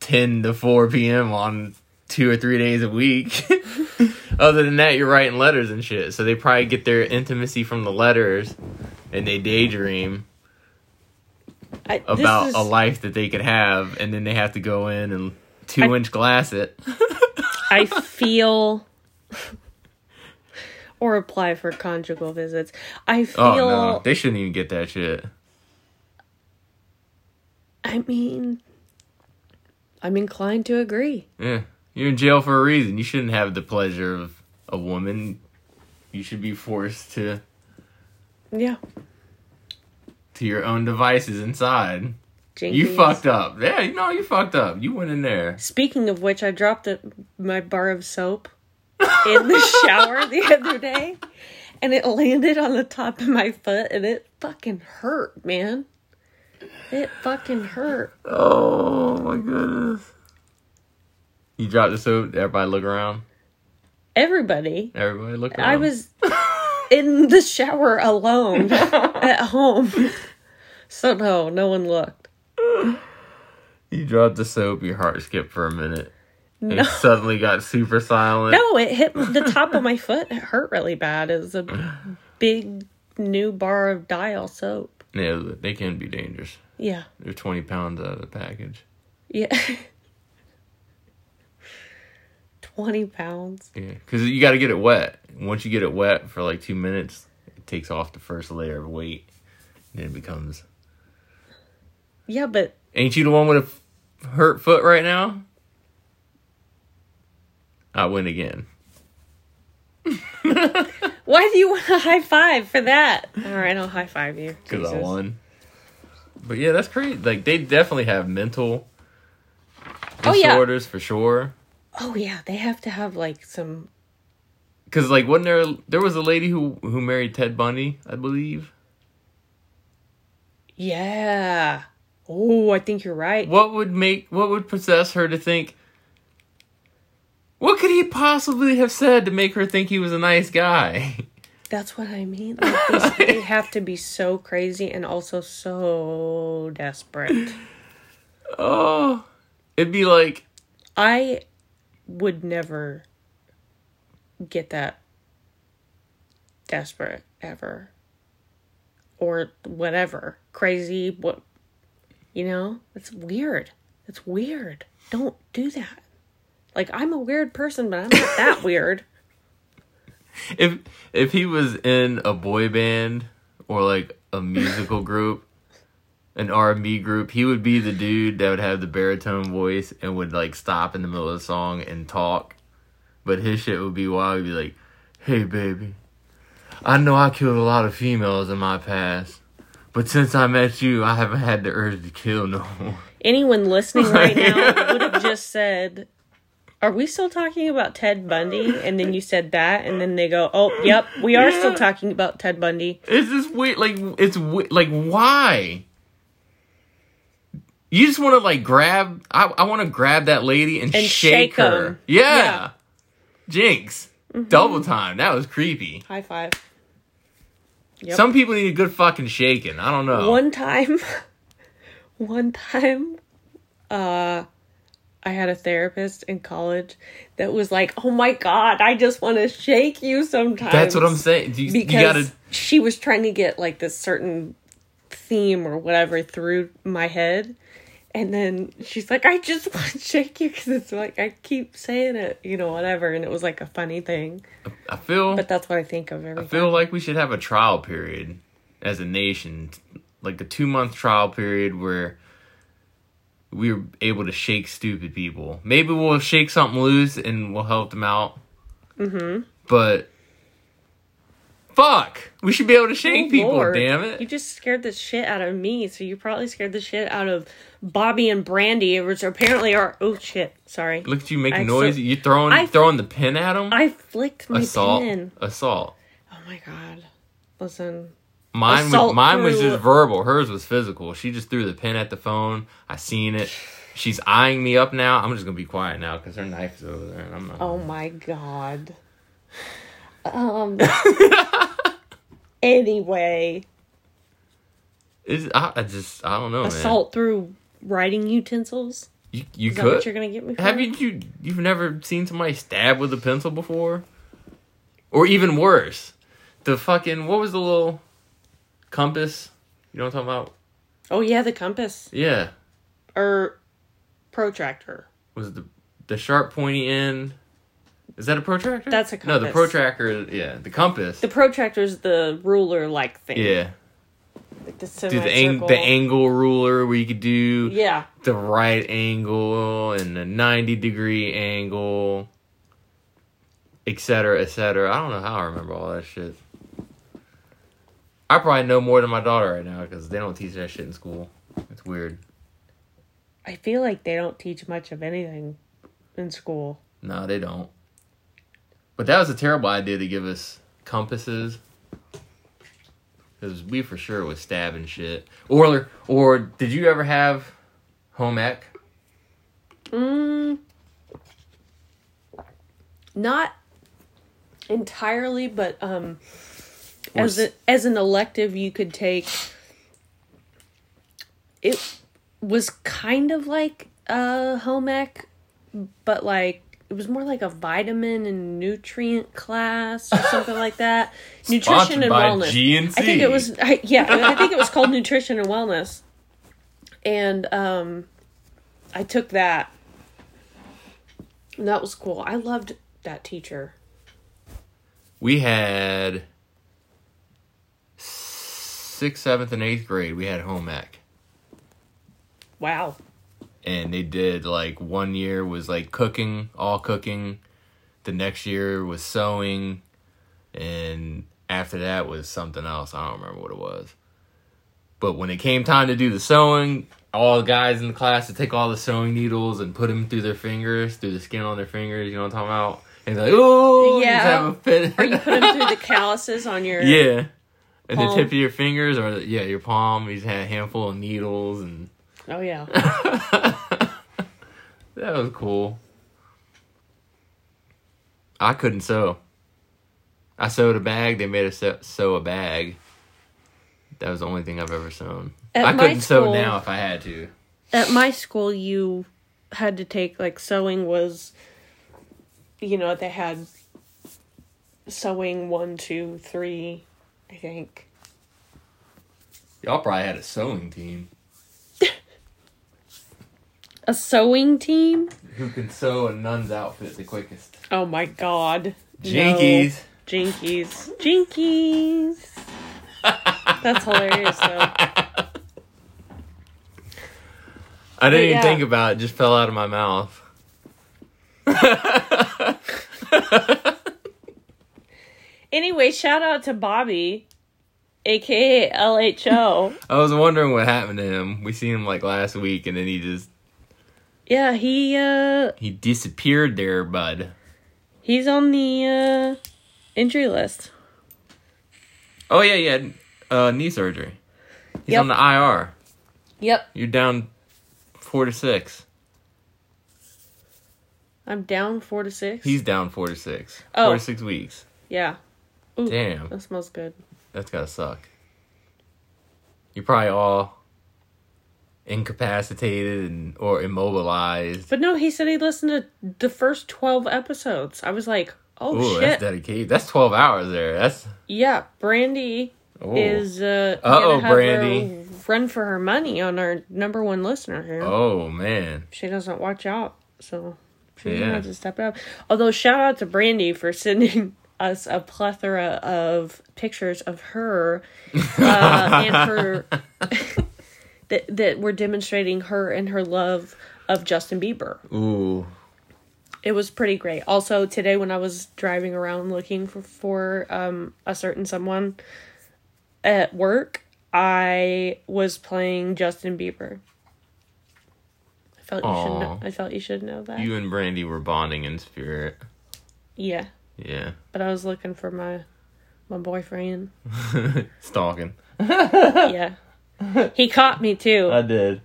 [SPEAKER 2] 10 to 4 p.m. on two or three days a week. [laughs] Other than that, you're writing letters and shit, so they probably get their intimacy from the letters and they daydream
[SPEAKER 1] I, this
[SPEAKER 2] about
[SPEAKER 1] is-
[SPEAKER 2] a life that they could have, and then they have to go in and two inch glass it. [laughs]
[SPEAKER 1] i feel or apply for conjugal visits i feel
[SPEAKER 2] Oh no, they shouldn't even get that shit.
[SPEAKER 1] i mean i'm inclined to agree
[SPEAKER 2] Yeah, you're in jail for a reason. You shouldn't have the pleasure of a woman. You should be forced to
[SPEAKER 1] yeah
[SPEAKER 2] to your own devices inside.
[SPEAKER 1] Jinkies.
[SPEAKER 2] You fucked up. Yeah, you know you fucked up. You went in there.
[SPEAKER 1] Speaking of which, I dropped the, my bar of soap in the shower the other day, and it landed on the top of my foot, and it fucking hurt, man. It fucking hurt.
[SPEAKER 2] Oh my goodness. You dropped the soap. Everybody look around.
[SPEAKER 1] Everybody,
[SPEAKER 2] Everybody look around.
[SPEAKER 1] I was in the shower alone at home. So no, no one looked.
[SPEAKER 2] You dropped the soap. Your heart skipped for a minute. and
[SPEAKER 1] No.
[SPEAKER 2] suddenly got super silent.
[SPEAKER 1] No, it hit the top of my foot. It hurt really bad. It was a big new bar of dial soap.
[SPEAKER 2] Yeah, they can be dangerous.
[SPEAKER 1] Yeah.
[SPEAKER 2] They're twenty pounds out of the package.
[SPEAKER 1] Yeah. [laughs] 20 pounds.
[SPEAKER 2] Yeah, because you got to get it wet. Once you get it wet for like two minutes, it takes off the first layer of weight, and it becomes.
[SPEAKER 1] Yeah, but
[SPEAKER 2] Ain't you the one with a f- hurt foot right now? I win again.
[SPEAKER 1] why do you want a high five for that? All right, I'll high five you.
[SPEAKER 2] because I
[SPEAKER 1] Jesus.
[SPEAKER 2] won. But yeah, that's crazy. Like they definitely have mental
[SPEAKER 1] Oh, yeah.
[SPEAKER 2] disorders for sure.
[SPEAKER 1] Oh, yeah, they have to have like some.
[SPEAKER 2] Because like wasn't there there was a lady who who married Ted Bundy, I believe.
[SPEAKER 1] Yeah. Oh, I think you're right.
[SPEAKER 2] What would make what would possess her to think? What could he possibly have said to make her think he was a nice guy? [laughs]
[SPEAKER 1] That's what I mean. Like, they, they have to be so crazy and also so desperate.
[SPEAKER 2] Oh, it'd be like
[SPEAKER 1] I would never get that desperate ever or whatever crazy what you know it's weird it's weird don't do that like i'm a weird person but i'm not that weird
[SPEAKER 2] if if he was in a boy band or like a musical group an r&b group he would be the dude that would have the baritone voice and would like stop in the middle of the song and talk but his shit would be wild he'd be like hey baby i know i killed a lot of females in my past but since i met you i haven't had the urge to kill no more
[SPEAKER 1] anyone listening right now would have just said Are we still talking about Ted Bundy? And then you said that, and then they go, "Oh, yep, we are still talking about Ted Bundy."
[SPEAKER 2] It's just weird. Like it's we- like why? You just want to like grab. I I want to grab that lady and,
[SPEAKER 1] And
[SPEAKER 2] shake,
[SPEAKER 1] shake
[SPEAKER 2] her.
[SPEAKER 1] 'em.
[SPEAKER 2] Yeah.
[SPEAKER 1] Yeah. Mm-hmm.
[SPEAKER 2] Jinx. Double time. That was creepy.
[SPEAKER 1] High five. Yep.
[SPEAKER 2] Some people need a good fucking shaking. I don't know.
[SPEAKER 1] One time, [laughs] one time, uh, I had a therapist in college that was like, "Oh my god, I just want to shake you sometimes."
[SPEAKER 2] That's what I'm saying. You, you
[SPEAKER 1] Because
[SPEAKER 2] gotta.
[SPEAKER 1] she was trying to get like this certain theme or whatever through my head, and then she's like, "I just [laughs] want to shake you because it's like I keep saying it, you know, whatever." And it was like a funny thing,
[SPEAKER 2] I feel.
[SPEAKER 1] but that's what I think of every
[SPEAKER 2] I feel like we should have a trial period as a nation, like a two month trial period where we are able to shake stupid people. Maybe we'll shake something loose and we'll help them out. Mm-hmm. But fuck, we should be able to shake
[SPEAKER 1] Oh,
[SPEAKER 2] people.
[SPEAKER 1] Lord.
[SPEAKER 2] Damn
[SPEAKER 1] You
[SPEAKER 2] it!
[SPEAKER 1] just scared the shit out of me, so you probably scared the shit out of Bobby and Brandy, which apparently are oh shit, sorry.
[SPEAKER 2] Look at you making
[SPEAKER 1] I
[SPEAKER 2] noise.
[SPEAKER 1] fl-
[SPEAKER 2] you throwing
[SPEAKER 1] I-
[SPEAKER 2] throwing the pin at them.
[SPEAKER 1] I flicked my
[SPEAKER 2] assault,
[SPEAKER 1] pen.
[SPEAKER 2] assault.
[SPEAKER 1] Oh my god. Listen.
[SPEAKER 2] Mine was
[SPEAKER 1] Assault
[SPEAKER 2] mine was
[SPEAKER 1] through-
[SPEAKER 2] just verbal. Hers was physical. She just threw the pen at the phone. I seen it. She's eyeing me up now. I'm just gonna be quiet now because her knife is over there, and I'm not.
[SPEAKER 1] Oh my god.
[SPEAKER 2] [laughs]
[SPEAKER 1] Um Anyway,
[SPEAKER 2] It's, I, I just I don't know, Oh, man.
[SPEAKER 1] assault through writing utensils.
[SPEAKER 2] You you
[SPEAKER 1] Is that what
[SPEAKER 2] could
[SPEAKER 1] you're gonna get me for?
[SPEAKER 2] have you you you've never seen somebody stabbed with a pencil before, or even worse, the fucking what was the little compass? You know what I'm talking about?
[SPEAKER 1] Oh yeah, the compass.
[SPEAKER 2] Yeah,
[SPEAKER 1] Or protractor.
[SPEAKER 2] was it the the sharp pointy end? Is that a protractor?
[SPEAKER 1] That's a
[SPEAKER 2] No, the
[SPEAKER 1] compass.
[SPEAKER 2] protractor. Yeah, the compass.
[SPEAKER 1] The protractor's the ruler like thing.
[SPEAKER 2] yeah.
[SPEAKER 1] Like the
[SPEAKER 2] do the, ang-
[SPEAKER 1] semicircle.
[SPEAKER 2] the angle ruler where you could do
[SPEAKER 1] Yeah.
[SPEAKER 2] the right angle and the 90 degree angle etc etc i don't know how i remember all that shit i probably know more than my daughter right now because they don't teach that shit in school it's weird
[SPEAKER 1] I feel like they don't teach much of anything in school.
[SPEAKER 2] no they don't but that was a terrible idea to give us compasses because we for sure was stabbing shit or or did you ever have home ec
[SPEAKER 1] Mm, not entirely, but um,
[SPEAKER 2] Or
[SPEAKER 1] as
[SPEAKER 2] s-
[SPEAKER 1] a, as an elective, you could take. It was kind of like a home ec, but like it was more like a vitamin and nutrient class or something like that. Nutrition
[SPEAKER 2] [laughs] Sponsored
[SPEAKER 1] and
[SPEAKER 2] by
[SPEAKER 1] wellness.
[SPEAKER 2] GNC.
[SPEAKER 1] I think it was I, yeah. I think it was
[SPEAKER 2] [laughs]
[SPEAKER 1] called nutrition and wellness, and um, I took that. And that was cool. I loved that teacher.
[SPEAKER 2] we had sixth, seventh, and eighth grade. We had home ec,
[SPEAKER 1] Wow.
[SPEAKER 2] and they did like one year was like cooking, all cooking. The next year was sewing, and after that was something else. I don't remember what it was. But when it came time to do the sewing, all the guys in the class would take all the sewing needles and put them through their fingers, through the skin on their fingers. You know what I'm talking about? And they're like, oh,
[SPEAKER 1] Yeah.
[SPEAKER 2] fit.
[SPEAKER 1] Or you put them
[SPEAKER 2] [laughs]
[SPEAKER 1] through the calluses on your
[SPEAKER 2] Yeah. And the
[SPEAKER 1] Palm.
[SPEAKER 2] tip of your fingers, or the- yeah, your palm. He's had a handful of needles, and
[SPEAKER 1] Oh yeah.
[SPEAKER 2] that was cool. I couldn't sew. I sewed a bag. They made us sew, sew a bag. That was the only thing I've ever sewn.
[SPEAKER 1] At
[SPEAKER 2] I
[SPEAKER 1] my
[SPEAKER 2] couldn't sew
[SPEAKER 1] school-
[SPEAKER 2] now if I had to.
[SPEAKER 1] At my school, you had to take like sewing was. You know they had. Sewing one, two, three, I think.
[SPEAKER 2] Y'all probably had a sewing team
[SPEAKER 1] A sewing team.
[SPEAKER 2] who can sew a nun's outfit the quickest.
[SPEAKER 1] Oh my god. No.
[SPEAKER 2] Jinkies.
[SPEAKER 1] Jinkies. Jinkies. That's hilarious though.
[SPEAKER 2] I didn't
[SPEAKER 1] But
[SPEAKER 2] even
[SPEAKER 1] yeah.
[SPEAKER 2] think about it. it. Just fell out of my mouth.
[SPEAKER 1] Anyway, shout out to Bobby, aka LHO.
[SPEAKER 2] I was wondering what happened to him. We seen him like last week, and then he just
[SPEAKER 1] Yeah, he uh
[SPEAKER 2] He disappeared there, bud.
[SPEAKER 1] he's on the uh injury list.
[SPEAKER 2] Oh yeah, yeah. Uh, knee surgery. He's
[SPEAKER 1] Yep.
[SPEAKER 2] on the IR.
[SPEAKER 1] Yep.
[SPEAKER 2] You're down four to six.
[SPEAKER 1] I'm down 4 to 6.
[SPEAKER 2] He's down four to six.
[SPEAKER 1] Oh.
[SPEAKER 2] Four to six weeks.
[SPEAKER 1] yeah. Ooh,
[SPEAKER 2] Damn,
[SPEAKER 1] That smells good.
[SPEAKER 2] that's gotta suck. You're probably all incapacitated and or immobilized.
[SPEAKER 1] But no, he said he listened to the first 12 episodes. I was like, "Oh
[SPEAKER 2] Ooh,
[SPEAKER 1] shit."
[SPEAKER 2] that's dedicated. That's twelve hours there. That's
[SPEAKER 1] Yeah, Brandy
[SPEAKER 2] ooh.
[SPEAKER 1] is uh
[SPEAKER 2] Uh-oh,
[SPEAKER 1] gonna have
[SPEAKER 2] Brandy.
[SPEAKER 1] her run for her money on our number one listener here.
[SPEAKER 2] oh man.
[SPEAKER 1] She doesn't watch out, so she
[SPEAKER 2] Yeah.
[SPEAKER 1] doesn't have to step up. Although shout out to Brandy for sending [laughs] us a plethora of pictures of her uh,
[SPEAKER 2] [laughs]
[SPEAKER 1] and her [laughs] that that were demonstrating her and her love of Justin Bieber.
[SPEAKER 2] Ooh.
[SPEAKER 1] It was pretty great. Also, today when I was driving around looking for for um, a certain someone at work, I was playing Justin Bieber. I felt you should know.
[SPEAKER 2] Aw.
[SPEAKER 1] I felt you should know that.
[SPEAKER 2] You and Brandy were bonding in spirit.
[SPEAKER 1] yeah,
[SPEAKER 2] Yeah.
[SPEAKER 1] but I was looking for my my
[SPEAKER 2] [laughs]
[SPEAKER 1] boyfriend.
[SPEAKER 2] Stalking.
[SPEAKER 1] yeah, he caught me too,
[SPEAKER 2] did.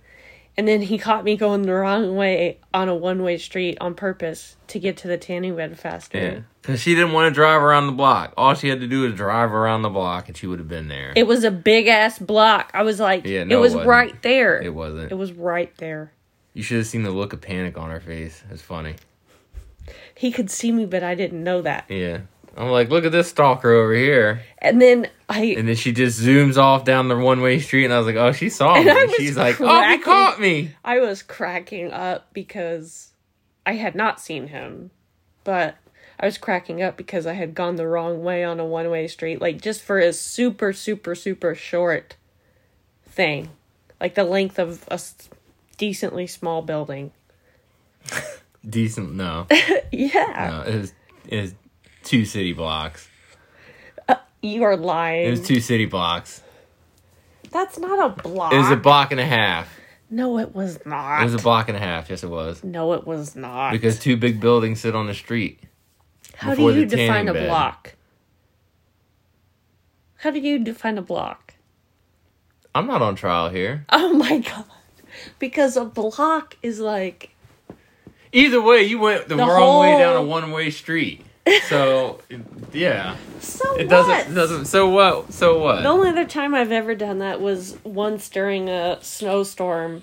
[SPEAKER 1] and then he caught me going the wrong way on a one way street on purpose to get to the tanning bed faster.
[SPEAKER 2] Yeah. Because she didn't want to drive around the block. All she had to do was drive around the block and she would have been there.
[SPEAKER 1] It was a big ass block. I was like,
[SPEAKER 2] Yeah,
[SPEAKER 1] it
[SPEAKER 2] no, it
[SPEAKER 1] was
[SPEAKER 2] wasn't.
[SPEAKER 1] right there.
[SPEAKER 2] It wasn't.
[SPEAKER 1] It was right there.
[SPEAKER 2] you should have seen the look of panic on her face. It's funny.
[SPEAKER 1] He could see me, but I didn't know that.
[SPEAKER 2] Yeah. I'm like, look at this stalker over here.
[SPEAKER 1] And then I,
[SPEAKER 2] And then she just zooms off down the one way street. And I was like, oh, she saw
[SPEAKER 1] And
[SPEAKER 2] me.
[SPEAKER 1] I was
[SPEAKER 2] She's like, oh, he
[SPEAKER 1] cracking-
[SPEAKER 2] caught me.
[SPEAKER 1] I was cracking up because I had not seen him, but I was cracking up because I had gone the wrong way on a one way street, like just for a super, super, super short thing, like the length of a s- decently small building.
[SPEAKER 2] Decent. No.
[SPEAKER 1] Yeah,
[SPEAKER 2] no it, was, it was two city blocks.
[SPEAKER 1] you are
[SPEAKER 2] It
[SPEAKER 1] lying.
[SPEAKER 2] was two city blocks.
[SPEAKER 1] That's not a block.
[SPEAKER 2] It was a block and a half.
[SPEAKER 1] no, it was not.
[SPEAKER 2] It was a block and a half. Yes, it was.
[SPEAKER 1] no, it was not.
[SPEAKER 2] Because two big buildings sit on the street.
[SPEAKER 1] How
[SPEAKER 2] before
[SPEAKER 1] do you
[SPEAKER 2] the tanning
[SPEAKER 1] define a
[SPEAKER 2] bed.
[SPEAKER 1] block? How do you define a block? [laughs]
[SPEAKER 2] I'm not on trial here.
[SPEAKER 1] Oh my god. Because a block is like
[SPEAKER 2] Either way, you went the,
[SPEAKER 1] The
[SPEAKER 2] wrong way down a
[SPEAKER 1] whole-
[SPEAKER 2] one-way street. So, yeah,
[SPEAKER 1] so
[SPEAKER 2] it
[SPEAKER 1] what?
[SPEAKER 2] doesn't. It doesn't. So what? So what?
[SPEAKER 1] The only other time I've ever done that was once during a snowstorm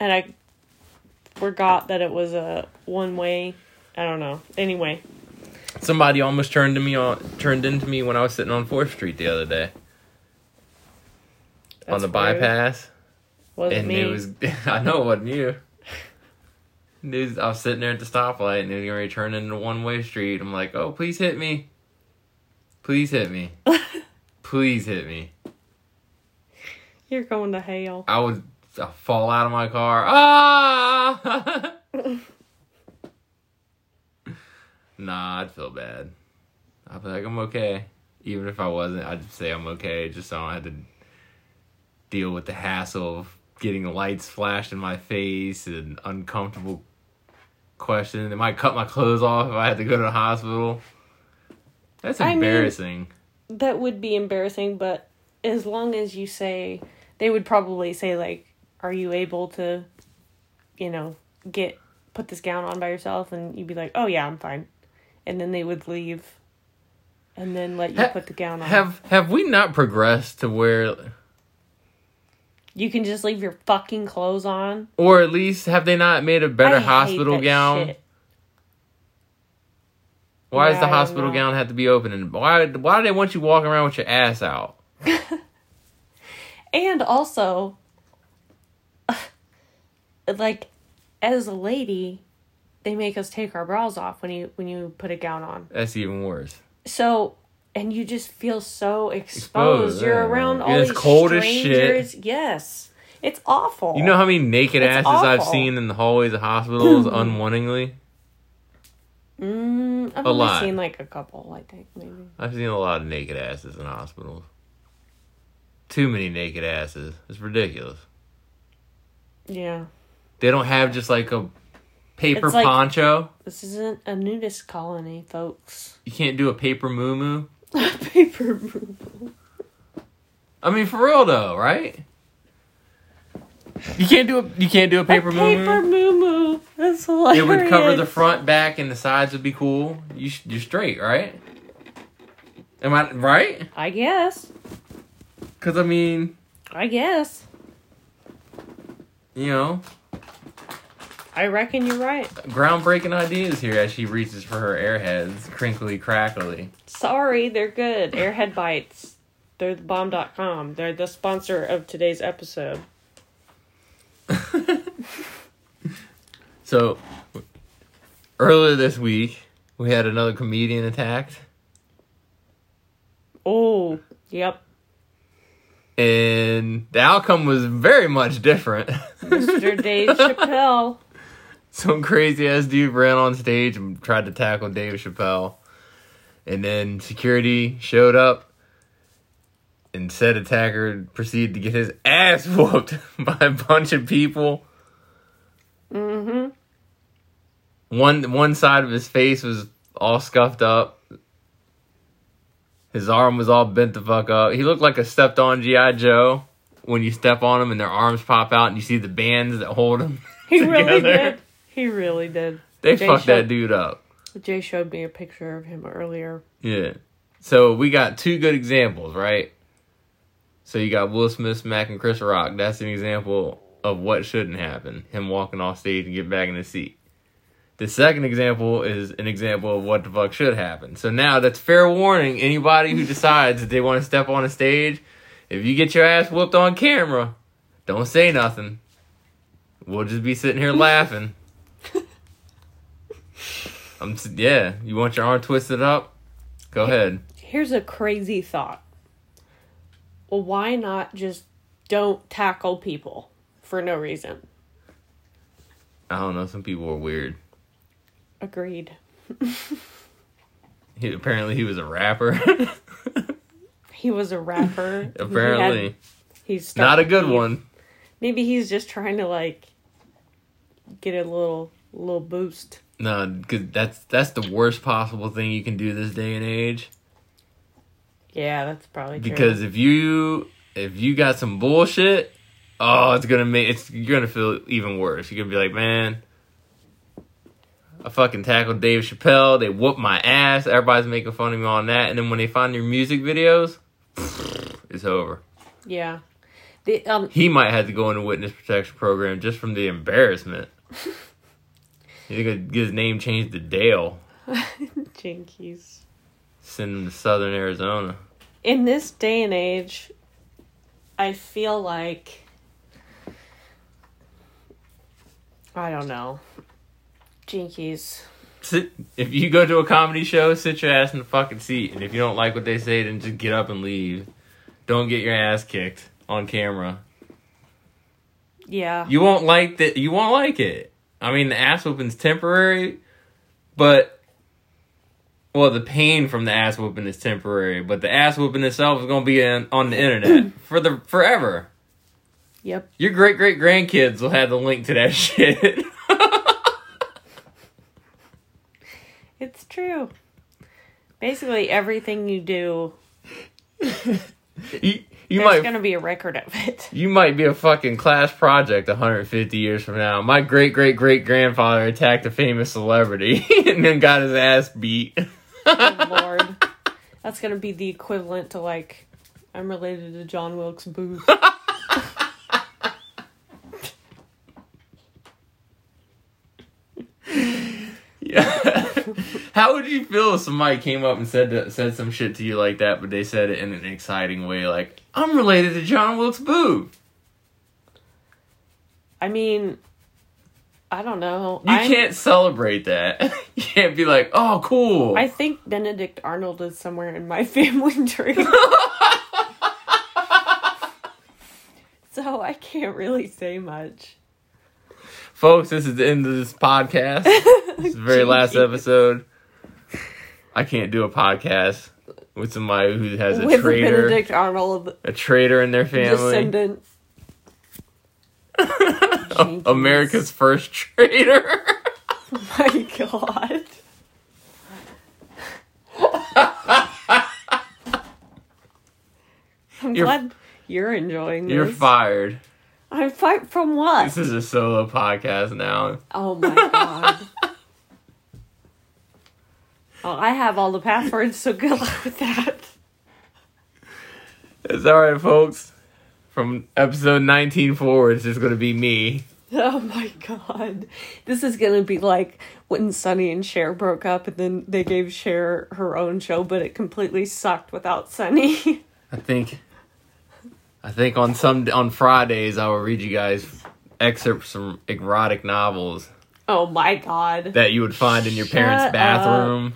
[SPEAKER 1] and I forgot that it was a one way. I don't know. Anyway,
[SPEAKER 2] Somebody almost turned to me on turned into me when I was sitting on Fourth Street the other day
[SPEAKER 1] that's
[SPEAKER 2] on the
[SPEAKER 1] rude.
[SPEAKER 2] bypass,
[SPEAKER 1] Wasn't
[SPEAKER 2] and
[SPEAKER 1] me.
[SPEAKER 2] it was. [laughs] I know it wasn't you. Dude, I was sitting there at the stoplight, and it was getting ready to turn into one-way street. I'm like, "Oh, please hit me! Please
[SPEAKER 1] [laughs]
[SPEAKER 2] hit me! please hit me!"
[SPEAKER 1] You're going to hell.
[SPEAKER 2] I would uh, fall out of my car. Ah! [laughs] nah, I'd feel bad. I'd be like, I'm okay. Even if I wasn't, I'd just say I'm okay, just so I don't have to deal with the hassle of getting lights flashed in my face and uncomfortable questions. It might cut my clothes off if I had to go to the hospital. That's
[SPEAKER 1] I mean-
[SPEAKER 2] embarrassing.
[SPEAKER 1] that would be embarrassing, but as long as you say they would probably say like, "Are you able to, you know, get put this gown on by yourself?" And you'd be like, "Oh yeah, I'm fine," and then they would leave, and then let you
[SPEAKER 2] Ha-
[SPEAKER 1] put the gown on.
[SPEAKER 2] have have we not progressed to where
[SPEAKER 1] you can just leave your fucking clothes on.
[SPEAKER 2] Or at least have they not made a better
[SPEAKER 1] I hate
[SPEAKER 2] hospital
[SPEAKER 1] that
[SPEAKER 2] gown?
[SPEAKER 1] shit.
[SPEAKER 2] Why does
[SPEAKER 1] Yeah,
[SPEAKER 2] the
[SPEAKER 1] I don't
[SPEAKER 2] hospital
[SPEAKER 1] know.
[SPEAKER 2] gown have to be open? And why why do they want you walking around with your ass out?
[SPEAKER 1] And also, [laughs] like, as a lady, they make us take our bras off when you when you put a gown on.
[SPEAKER 2] That's even worse.
[SPEAKER 1] so and you just feel so exposed.
[SPEAKER 2] Exposed,
[SPEAKER 1] You're
[SPEAKER 2] yeah.
[SPEAKER 1] around
[SPEAKER 2] And
[SPEAKER 1] all
[SPEAKER 2] it's
[SPEAKER 1] these
[SPEAKER 2] cold as shit.
[SPEAKER 1] strangers. Yes, it's awful.
[SPEAKER 2] You know how many naked
[SPEAKER 1] It's
[SPEAKER 2] asses I've
[SPEAKER 1] awful.
[SPEAKER 2] seen in the hallways of hospitals [laughs] unwantingly?
[SPEAKER 1] mm, I've
[SPEAKER 2] A
[SPEAKER 1] only
[SPEAKER 2] lot.
[SPEAKER 1] seen like a couple. I think maybe.
[SPEAKER 2] I've seen a lot of naked asses in hospitals. Too many naked asses. It's ridiculous.
[SPEAKER 1] Yeah,
[SPEAKER 2] They don't have just like a paper
[SPEAKER 1] It's like-
[SPEAKER 2] poncho.
[SPEAKER 1] This isn't a nudist colony, folks. [laughs]
[SPEAKER 2] You can't do a paper moo
[SPEAKER 1] Paper removal.
[SPEAKER 2] I mean, for real though, right? You can't do a you can't do a paper
[SPEAKER 1] a
[SPEAKER 2] moo.
[SPEAKER 1] paper moo moo. That's hilarious.
[SPEAKER 2] It would cover the front, back, and the sides would be cool. You sh- you're straight, right? Am I right?
[SPEAKER 1] I guess.
[SPEAKER 2] Because I mean,
[SPEAKER 1] I guess.
[SPEAKER 2] you know,
[SPEAKER 1] I reckon you're right.
[SPEAKER 2] groundbreaking ideas here as she reaches for her airheads, crinkly crackly.
[SPEAKER 1] Sorry, they're good. Airhead Bites. They're the bomb.com. They're the sponsor of today's episode.
[SPEAKER 2] So earlier this week, we had another comedian attacked,
[SPEAKER 1] Oh, yep.
[SPEAKER 2] and the outcome was very much different. [laughs]
[SPEAKER 1] Mr. Dave Chappelle.
[SPEAKER 2] Some crazy ass dude ran on stage and tried to tackle Dave Chappelle, and then security showed up. And said attacker proceeded to get his ass [laughs] whooped by a bunch of people.
[SPEAKER 1] Mm-hmm.
[SPEAKER 2] one one side of his face was all scuffed up. His arm was all bent the fuck up. He looked like a stepped on GI Joe when you step on him and their arms pop out and you see the bands that hold him. [laughs]
[SPEAKER 1] He really
[SPEAKER 2] Together.
[SPEAKER 1] did. He really did.
[SPEAKER 2] They
[SPEAKER 1] Jay
[SPEAKER 2] fucked
[SPEAKER 1] Sha-
[SPEAKER 2] that dude up.
[SPEAKER 1] Jay showed me a picture of him earlier.
[SPEAKER 2] Yeah. So we got two good examples, right? So you got Will Smith smacking Chris Rock. That's an example of what shouldn't happen. Him walking off stage and get back in his seat. The second example is an example of what the fuck should happen. So now that's fair warning. Anybody who decides that they want to step on a stage, if you get your ass whooped on camera, don't say nothing. We'll just be sitting here laughing. I'm s- yeah. You want your arm twisted up? Go ahead.
[SPEAKER 1] Here's a crazy thought. Well, why not just don't tackle people for no reason?
[SPEAKER 2] I don't know. Some people are weird.
[SPEAKER 1] Agreed.
[SPEAKER 2] He, apparently, he was a rapper. [laughs]
[SPEAKER 1] He was a rapper. He had-
[SPEAKER 2] apparently,
[SPEAKER 1] he's
[SPEAKER 2] not a good one.
[SPEAKER 1] Maybe he's just trying to like get a little little boost.
[SPEAKER 2] No, because that's that's the worst possible thing you can do this day and age.
[SPEAKER 1] Yeah, that's probably true.
[SPEAKER 2] Because if you if you got some bullshit, oh, it's gonna make it's you're gonna feel even worse. You're gonna be like, man, I fucking tackled Dave Chappelle. They whooped my ass. Everybody's making fun of me on that. And then when they find your music videos, [laughs] it's over.
[SPEAKER 1] yeah, the um [laughs]
[SPEAKER 2] He might have to go into witness protection program just from the embarrassment. He's gonna get his name changed to Dale.
[SPEAKER 1] jinkies.
[SPEAKER 2] Send him to Southern Arizona.
[SPEAKER 1] in this day and age, I feel like I don't know. Jinkies.
[SPEAKER 2] sit if you go to a comedy show, sit your ass in the fucking seat, and if you don't like what they say, then just get up and leave. Don't get your ass kicked on camera.
[SPEAKER 1] Yeah.
[SPEAKER 2] You won't like that. You won't like it. I mean, the ass whooping's temporary, but well, the pain from the ass whooping is temporary, but the ass whooping itself is gonna be in, on
[SPEAKER 1] [clears throat]
[SPEAKER 2] the internet for the forever.
[SPEAKER 1] Yep.
[SPEAKER 2] Your great great grandkids will have the link to that [laughs] shit.
[SPEAKER 1] It's true. Basically everything you do
[SPEAKER 2] you you
[SPEAKER 1] there's
[SPEAKER 2] might
[SPEAKER 1] gonna be a record of it. [laughs]
[SPEAKER 2] You might be a fucking class project 150 years from now. My great great great grandfather attacked a famous celebrity [laughs] and then got his ass beat. [laughs]
[SPEAKER 1] Good Lord. That's gonna be the equivalent to like I'm related to John Wilkes
[SPEAKER 2] [laughs]
[SPEAKER 1] Booth.
[SPEAKER 2] Yeah. [laughs] How would you feel if somebody came up and said to, said some shit to you like that, but they said it in an exciting way, like "I'm related to John Wilkes Booth"?
[SPEAKER 1] I mean I don't know.
[SPEAKER 2] You
[SPEAKER 1] I'm-
[SPEAKER 2] can't celebrate that. [laughs] You can't be like, "Oh, cool."
[SPEAKER 1] I think Benedict Arnold is somewhere in my [laughs] family
[SPEAKER 2] [laughs]
[SPEAKER 1] tree. so I can't really say much.
[SPEAKER 2] Folks, this is the end of this podcast. This is
[SPEAKER 1] [laughs]
[SPEAKER 2] the very last episode. I can't do a podcast with somebody who has a
[SPEAKER 1] [laughs] With
[SPEAKER 2] traitor.
[SPEAKER 1] Benedict Arnold
[SPEAKER 2] a traitor in their [laughs] family.
[SPEAKER 1] descendant.
[SPEAKER 2] America's first traitor. [laughs]
[SPEAKER 1] my [laughs] god. I'm
[SPEAKER 2] You're-
[SPEAKER 1] glad you're enjoying this.
[SPEAKER 2] You're fired.
[SPEAKER 1] I'm fired from what?
[SPEAKER 2] This is a solo podcast now.
[SPEAKER 1] Oh my god. Oh, I have all the passwords, so good luck with that.
[SPEAKER 2] It's all right, folks. From episode 19 forward, it's just going to be me.
[SPEAKER 1] Oh my god. This is gonna be like when Sonny and Cher broke up and then they gave Cher her own show, but it completely sucked without Sonny.
[SPEAKER 2] I think, I think on some on Fridays I will read you guys excerpts from erotic novels
[SPEAKER 1] [laughs] oh my god.
[SPEAKER 2] that you would find in your parents'
[SPEAKER 1] Shut up.
[SPEAKER 2] bathroom.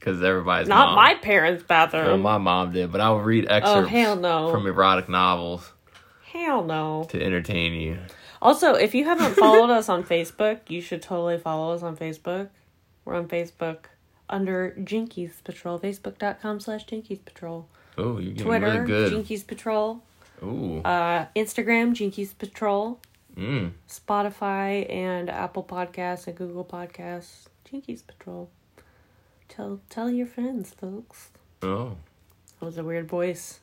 [SPEAKER 2] Because everybody's
[SPEAKER 1] Not
[SPEAKER 2] mom-
[SPEAKER 1] my parents'
[SPEAKER 2] Well,
[SPEAKER 1] bathroom.
[SPEAKER 2] my mom did, but I will read excerpts
[SPEAKER 1] hell no.
[SPEAKER 2] from erotic novels
[SPEAKER 1] Hell no.
[SPEAKER 2] to entertain you.
[SPEAKER 1] Also, if you haven't followed us on Facebook, you should totally follow us on Facebook. We're on Facebook under Jinkies Patrol, facebook.com slash Jinkies Patrol.
[SPEAKER 2] Oh, you're getting
[SPEAKER 1] Twitter,
[SPEAKER 2] really good.
[SPEAKER 1] Jinkies Patrol.
[SPEAKER 2] Ooh,
[SPEAKER 1] Uh, Instagram, Jinkies Patrol.
[SPEAKER 2] mm.
[SPEAKER 1] Spotify and Apple Podcasts and Google Podcasts. Jinkies Patrol. Tell tell your friends, folks.
[SPEAKER 2] oh,
[SPEAKER 1] That was a weird voice.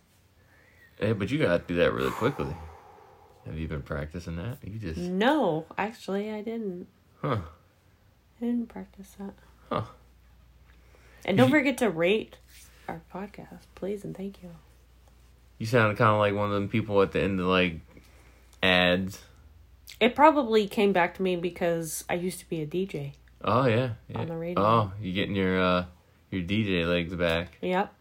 [SPEAKER 2] hey, but you got to do that really quickly. Have you been practicing that? You just
[SPEAKER 1] No, actually, I didn't.
[SPEAKER 2] huh?
[SPEAKER 1] I didn't practice that.
[SPEAKER 2] Huh.
[SPEAKER 1] And don't forget to rate our podcast, please, and thank you.
[SPEAKER 2] You sound kind of like one of them people at the end of like ads.
[SPEAKER 1] It probably came back to me because I used to be a DJ.
[SPEAKER 2] Oh yeah, yeah.
[SPEAKER 1] On the radio.
[SPEAKER 2] Oh, you're getting your uh your DJ legs back.
[SPEAKER 1] Yep,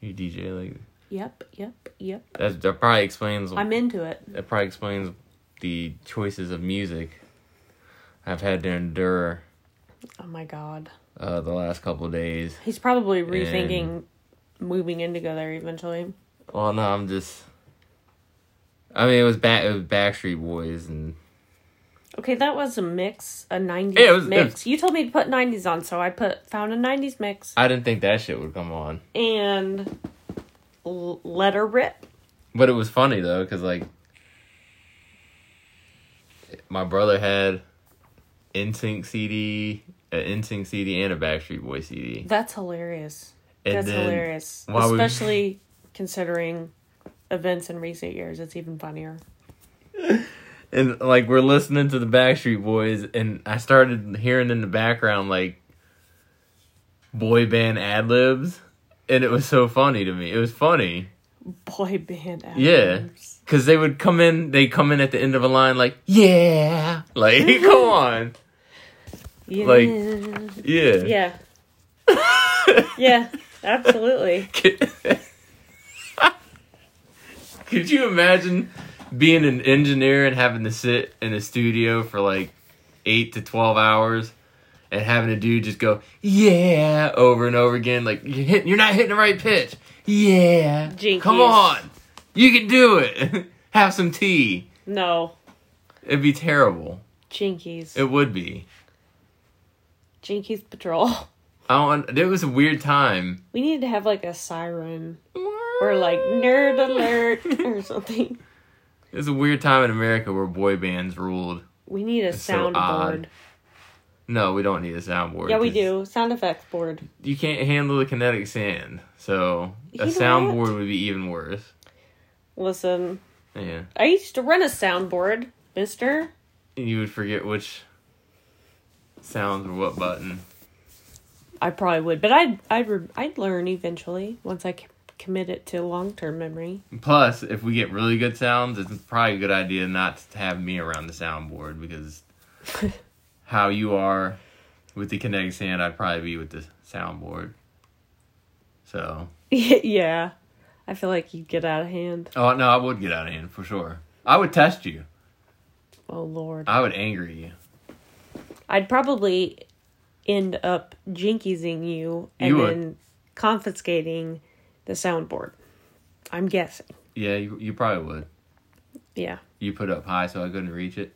[SPEAKER 2] Your DJ legs.
[SPEAKER 1] yep, yep, yep.
[SPEAKER 2] That's, that probably explains.
[SPEAKER 1] I'm into it.
[SPEAKER 2] that probably explains the choices of music I've had to endure
[SPEAKER 1] Oh my god.
[SPEAKER 2] uh, the last couple of days.
[SPEAKER 1] He's probably rethinking moving in together eventually.
[SPEAKER 2] Well, no, I'm just. I mean, it was back. It was Backstreet Boys, and
[SPEAKER 1] Okay, that was a mix, a 90s
[SPEAKER 2] Yeah, it was- it
[SPEAKER 1] mix.
[SPEAKER 2] was-
[SPEAKER 1] You told me to put 90s on, so I put found a 90s mix
[SPEAKER 2] I didn't think that shit would come on.
[SPEAKER 1] and l- letter rip.
[SPEAKER 2] But it was funny though, because like my brother had NSYNC CD, an NSYNC CD, and a Backstreet Boy CD.
[SPEAKER 1] That's hilarious.
[SPEAKER 2] And
[SPEAKER 1] That's
[SPEAKER 2] then
[SPEAKER 1] hilarious.
[SPEAKER 2] while we-
[SPEAKER 1] Especially considering events in recent years. It's even funnier.
[SPEAKER 2] and like we're listening to the Backstreet Boys, and I started hearing in the background like boy band ad libs, and it was so funny to me. It was funny,
[SPEAKER 1] Boy band
[SPEAKER 2] yeah,
[SPEAKER 1] albums.
[SPEAKER 2] because they would come in, they come in at the end of a line like yeah, like [laughs] come on,
[SPEAKER 1] Yeah.
[SPEAKER 2] Like-
[SPEAKER 1] Like,
[SPEAKER 2] yeah, [laughs]
[SPEAKER 1] yeah. yeah, absolutely.
[SPEAKER 2] [laughs] Could you imagine being an engineer and having to sit in a studio for like eight to twelve hours and having a dude just go, yeah, over and over again, like you're hitting, you're not hitting the right pitch. Yeah.
[SPEAKER 1] Jinkies.
[SPEAKER 2] Come on. You can do it. [laughs] Have some tea.
[SPEAKER 1] No.
[SPEAKER 2] It'd be terrible.
[SPEAKER 1] Jinkies.
[SPEAKER 2] It would be.
[SPEAKER 1] Jinkies Patrol.
[SPEAKER 2] I don't it was a weird time.
[SPEAKER 1] We need to have like a siren. or like nerd alert or something.
[SPEAKER 2] It was a weird time in America where boy bands ruled.
[SPEAKER 1] We need a
[SPEAKER 2] so
[SPEAKER 1] soundboard.
[SPEAKER 2] odd. No, we don't need a soundboard.
[SPEAKER 1] yeah, we
[SPEAKER 2] Just-
[SPEAKER 1] do. Sound effects board.
[SPEAKER 2] you can't handle the kinetic sand, so
[SPEAKER 1] You
[SPEAKER 2] a
[SPEAKER 1] know
[SPEAKER 2] soundboard would be even worse.
[SPEAKER 1] Listen,
[SPEAKER 2] Yeah,
[SPEAKER 1] I used to run a soundboard, mister.
[SPEAKER 2] and you would forget which sounds were what button.
[SPEAKER 1] I probably would, but I'd I'd re- I'd learn eventually once I c- commit it to long-term memory. [laughs]
[SPEAKER 2] Plus, if we get really good sounds, it's probably a good idea not to have me around the
[SPEAKER 1] [laughs]
[SPEAKER 2] soundboard because how you are with the kinetic sand, I'd probably be with the soundboard. So,
[SPEAKER 1] yeah. I feel like you'd get out of hand.
[SPEAKER 2] oh no, I would get out of hand for sure. I would test you.
[SPEAKER 1] Oh lord.
[SPEAKER 2] I would anger you.
[SPEAKER 1] I'd probably end up jinkiesing you and
[SPEAKER 2] You would.
[SPEAKER 1] then confiscating the soundboard. I'm guessing.
[SPEAKER 2] Yeah, you, you probably would.
[SPEAKER 1] Yeah.
[SPEAKER 2] You put it up high so I couldn't reach it.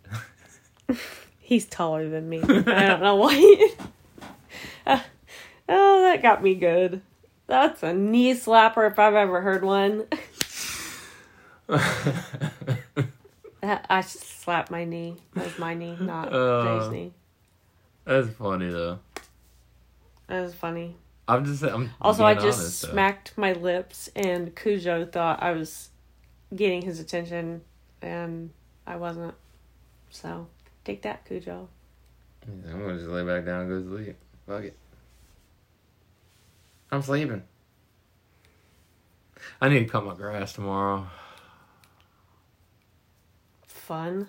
[SPEAKER 1] He's taller than me. I don't know why. [laughs] Uh, oh, that got me good. That's a knee
[SPEAKER 2] [laughs]
[SPEAKER 1] slapper if I've ever heard one. That- Uh, I slapped my knee. That was my knee, not
[SPEAKER 2] Uh.
[SPEAKER 1] Jay's knee.
[SPEAKER 2] That's funny though.
[SPEAKER 1] That was funny.
[SPEAKER 2] I'm just I'm
[SPEAKER 1] Also, I
[SPEAKER 2] being
[SPEAKER 1] just
[SPEAKER 2] honest, though.
[SPEAKER 1] smacked my lips, and Cujo thought I was getting his attention, and I wasn't. So, take that, Cujo.
[SPEAKER 2] I'm gonna just lay back down and go to sleep. Fuck it. I'm sleeping. I need to cut my grass tomorrow.
[SPEAKER 1] Fun.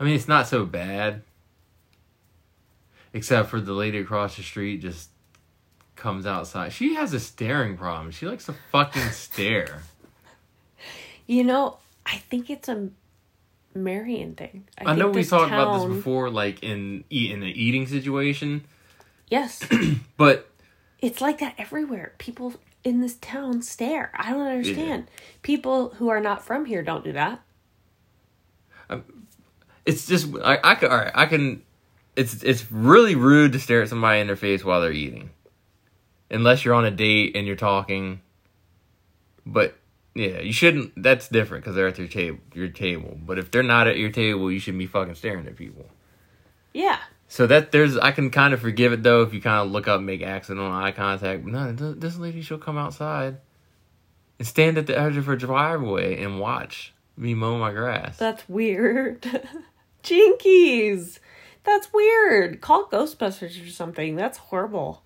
[SPEAKER 2] I mean, it's not so bad. Except for the lady across the street just comes outside. She has a staring problem. She likes to
[SPEAKER 1] [laughs]
[SPEAKER 2] fucking stare.
[SPEAKER 1] You know, I think it's a Marion thing.
[SPEAKER 2] I, know
[SPEAKER 1] think
[SPEAKER 2] we
[SPEAKER 1] this
[SPEAKER 2] talked about
[SPEAKER 1] town-
[SPEAKER 2] this before, like in e- in an eating situation,
[SPEAKER 1] Yes, [clears throat]
[SPEAKER 2] but
[SPEAKER 1] it's like that everywhere. People in this town stare. I don't understand. People who are not from here don't do that.
[SPEAKER 2] it's just I, I can all right, I can it's it's really rude to stare at somebody in their face while they're eating. Unless you're on a date and you're talking. But yeah, you shouldn't that's different cuz they're at your table, your table. But if they're not at your table, you shouldn't be fucking staring at people.
[SPEAKER 1] Yeah.
[SPEAKER 2] So that there's I can kind of forgive it though if you kind of look up and make accidental eye contact. But no, th- this lady she'll come outside and stand at the edge of her driveway and watch me mow my grass.
[SPEAKER 1] That's weird. [laughs] Jinkies. That's weird. Call Ghostbusters or something. That's horrible.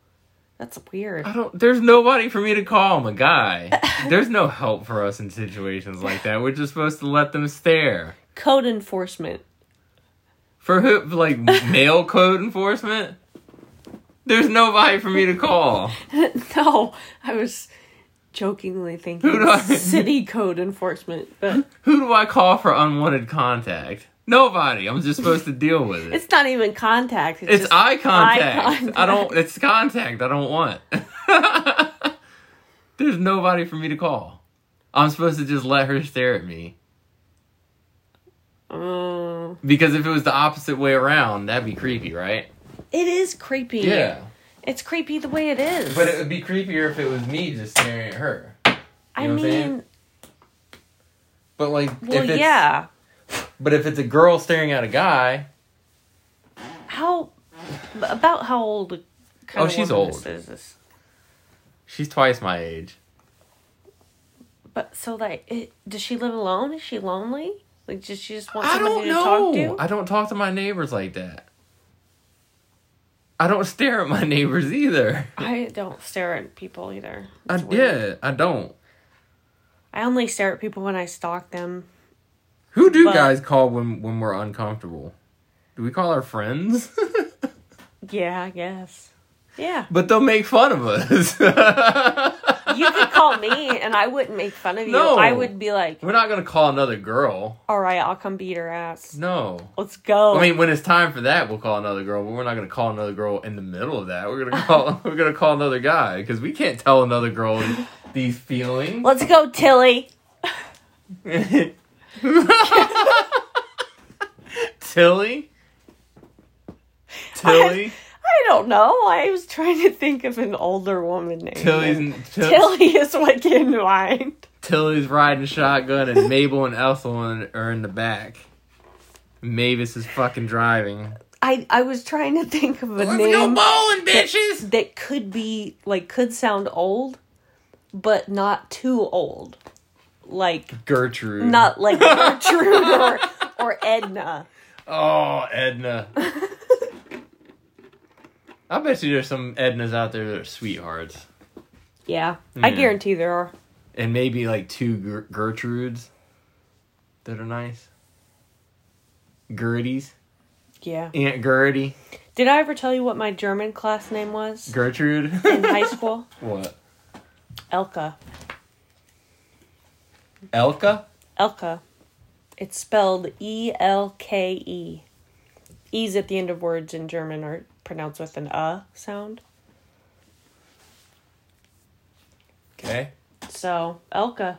[SPEAKER 1] That's weird.
[SPEAKER 2] I don't. There's nobody for me to call. I'm a guy.
[SPEAKER 1] [laughs]
[SPEAKER 2] There's no help for us in situations like that. We're just supposed to let them stare.
[SPEAKER 1] Code enforcement. [laughs]
[SPEAKER 2] For who? Like male code enforcement. There's nobody for me to call.
[SPEAKER 1] no, I was jokingly
[SPEAKER 2] [laughs] Who
[SPEAKER 1] thinking
[SPEAKER 2] do I-
[SPEAKER 1] city code enforcement, but
[SPEAKER 2] Who do I call for unwanted contact? Nobody. I'm just supposed to deal with it.
[SPEAKER 1] it's not even contact.
[SPEAKER 2] It's
[SPEAKER 1] just
[SPEAKER 2] eye contact.
[SPEAKER 1] contact.
[SPEAKER 2] I don't. It's contact. I don't want. [laughs] There's nobody for me to call. I'm supposed to just let her stare at me.
[SPEAKER 1] Oh.
[SPEAKER 2] Because if it was the opposite way around, that'd be creepy, right?
[SPEAKER 1] it is creepy. It's creepy the way it is.
[SPEAKER 2] But it would be creepier if it was me just staring at her.
[SPEAKER 1] I
[SPEAKER 2] know what I'm saying?
[SPEAKER 1] mean,
[SPEAKER 2] But like
[SPEAKER 1] well,
[SPEAKER 2] if it's,
[SPEAKER 1] yeah.
[SPEAKER 2] but if it's a girl staring at a guy,
[SPEAKER 1] How about how old? Kind
[SPEAKER 2] Oh, she's
[SPEAKER 1] woman
[SPEAKER 2] old.
[SPEAKER 1] This is this?
[SPEAKER 2] she's twice my age.
[SPEAKER 1] But so like, it, does she live alone? Is she lonely? Like, does she just want
[SPEAKER 2] I
[SPEAKER 1] somebody
[SPEAKER 2] don't
[SPEAKER 1] to talk to?
[SPEAKER 2] know. I don't talk to my neighbors like that. I don't [laughs] stare at my neighbors either.
[SPEAKER 1] I don't stare at people either.
[SPEAKER 2] I,
[SPEAKER 1] It's weird.
[SPEAKER 2] yeah, I don't.
[SPEAKER 1] I only stare at people when I stalk them.
[SPEAKER 2] Who do
[SPEAKER 1] But-
[SPEAKER 2] guys call when when we're uncomfortable? Do we call our friends? [laughs]
[SPEAKER 1] Yeah, I guess. Yeah,
[SPEAKER 2] but they'll make fun of us. [laughs]
[SPEAKER 1] you could call me and I wouldn't make fun of you.
[SPEAKER 2] No.
[SPEAKER 1] I would be like,
[SPEAKER 2] we're not gonna call another girl.
[SPEAKER 1] all right, I'll come beat her ass.
[SPEAKER 2] No.
[SPEAKER 1] Let's go.
[SPEAKER 2] I mean, when it's time for that, we'll call another girl, but we're not gonna call another girl in the middle of that. We're [laughs] gonna call we're gonna call another guy because we can't tell another girl these feelings. [laughs]
[SPEAKER 1] Let's go, Tilly.
[SPEAKER 2] Tilly, Tilly,
[SPEAKER 1] I don't know. I was trying to think of an older woman name.
[SPEAKER 2] Tilly's Till-
[SPEAKER 1] Tilly is what came to mind.
[SPEAKER 2] Tilly's riding shotgun, and Mabel and Ethel are in the back. Mavis is fucking driving.
[SPEAKER 1] I I was trying to think of a
[SPEAKER 2] Let's
[SPEAKER 1] name.
[SPEAKER 2] go bowling, bitches.
[SPEAKER 1] that could be like could sound old, but not too old. Like
[SPEAKER 2] Gertrude.
[SPEAKER 1] not
[SPEAKER 2] [laughs]
[SPEAKER 1] like Gertrude or, or Edna.
[SPEAKER 2] Oh, [laughs] Edna. I bet you there's some Ednas out there that are sweethearts.
[SPEAKER 1] Yeah, I
[SPEAKER 2] Yeah.
[SPEAKER 1] guarantee there are.
[SPEAKER 2] And maybe like two Ger- Gertrudes that are nice. Gerties.
[SPEAKER 1] Yeah.
[SPEAKER 2] Aunt Gertie.
[SPEAKER 1] Did I ever tell you what my German class name was
[SPEAKER 2] Gertrude. [laughs]
[SPEAKER 1] in high school?
[SPEAKER 2] what?
[SPEAKER 1] Elka.
[SPEAKER 2] Elka?
[SPEAKER 1] Elka. It's spelled E L K E. E's at the end of words in German are pronounced with an uh sound.
[SPEAKER 2] Okay.
[SPEAKER 1] So, Elka.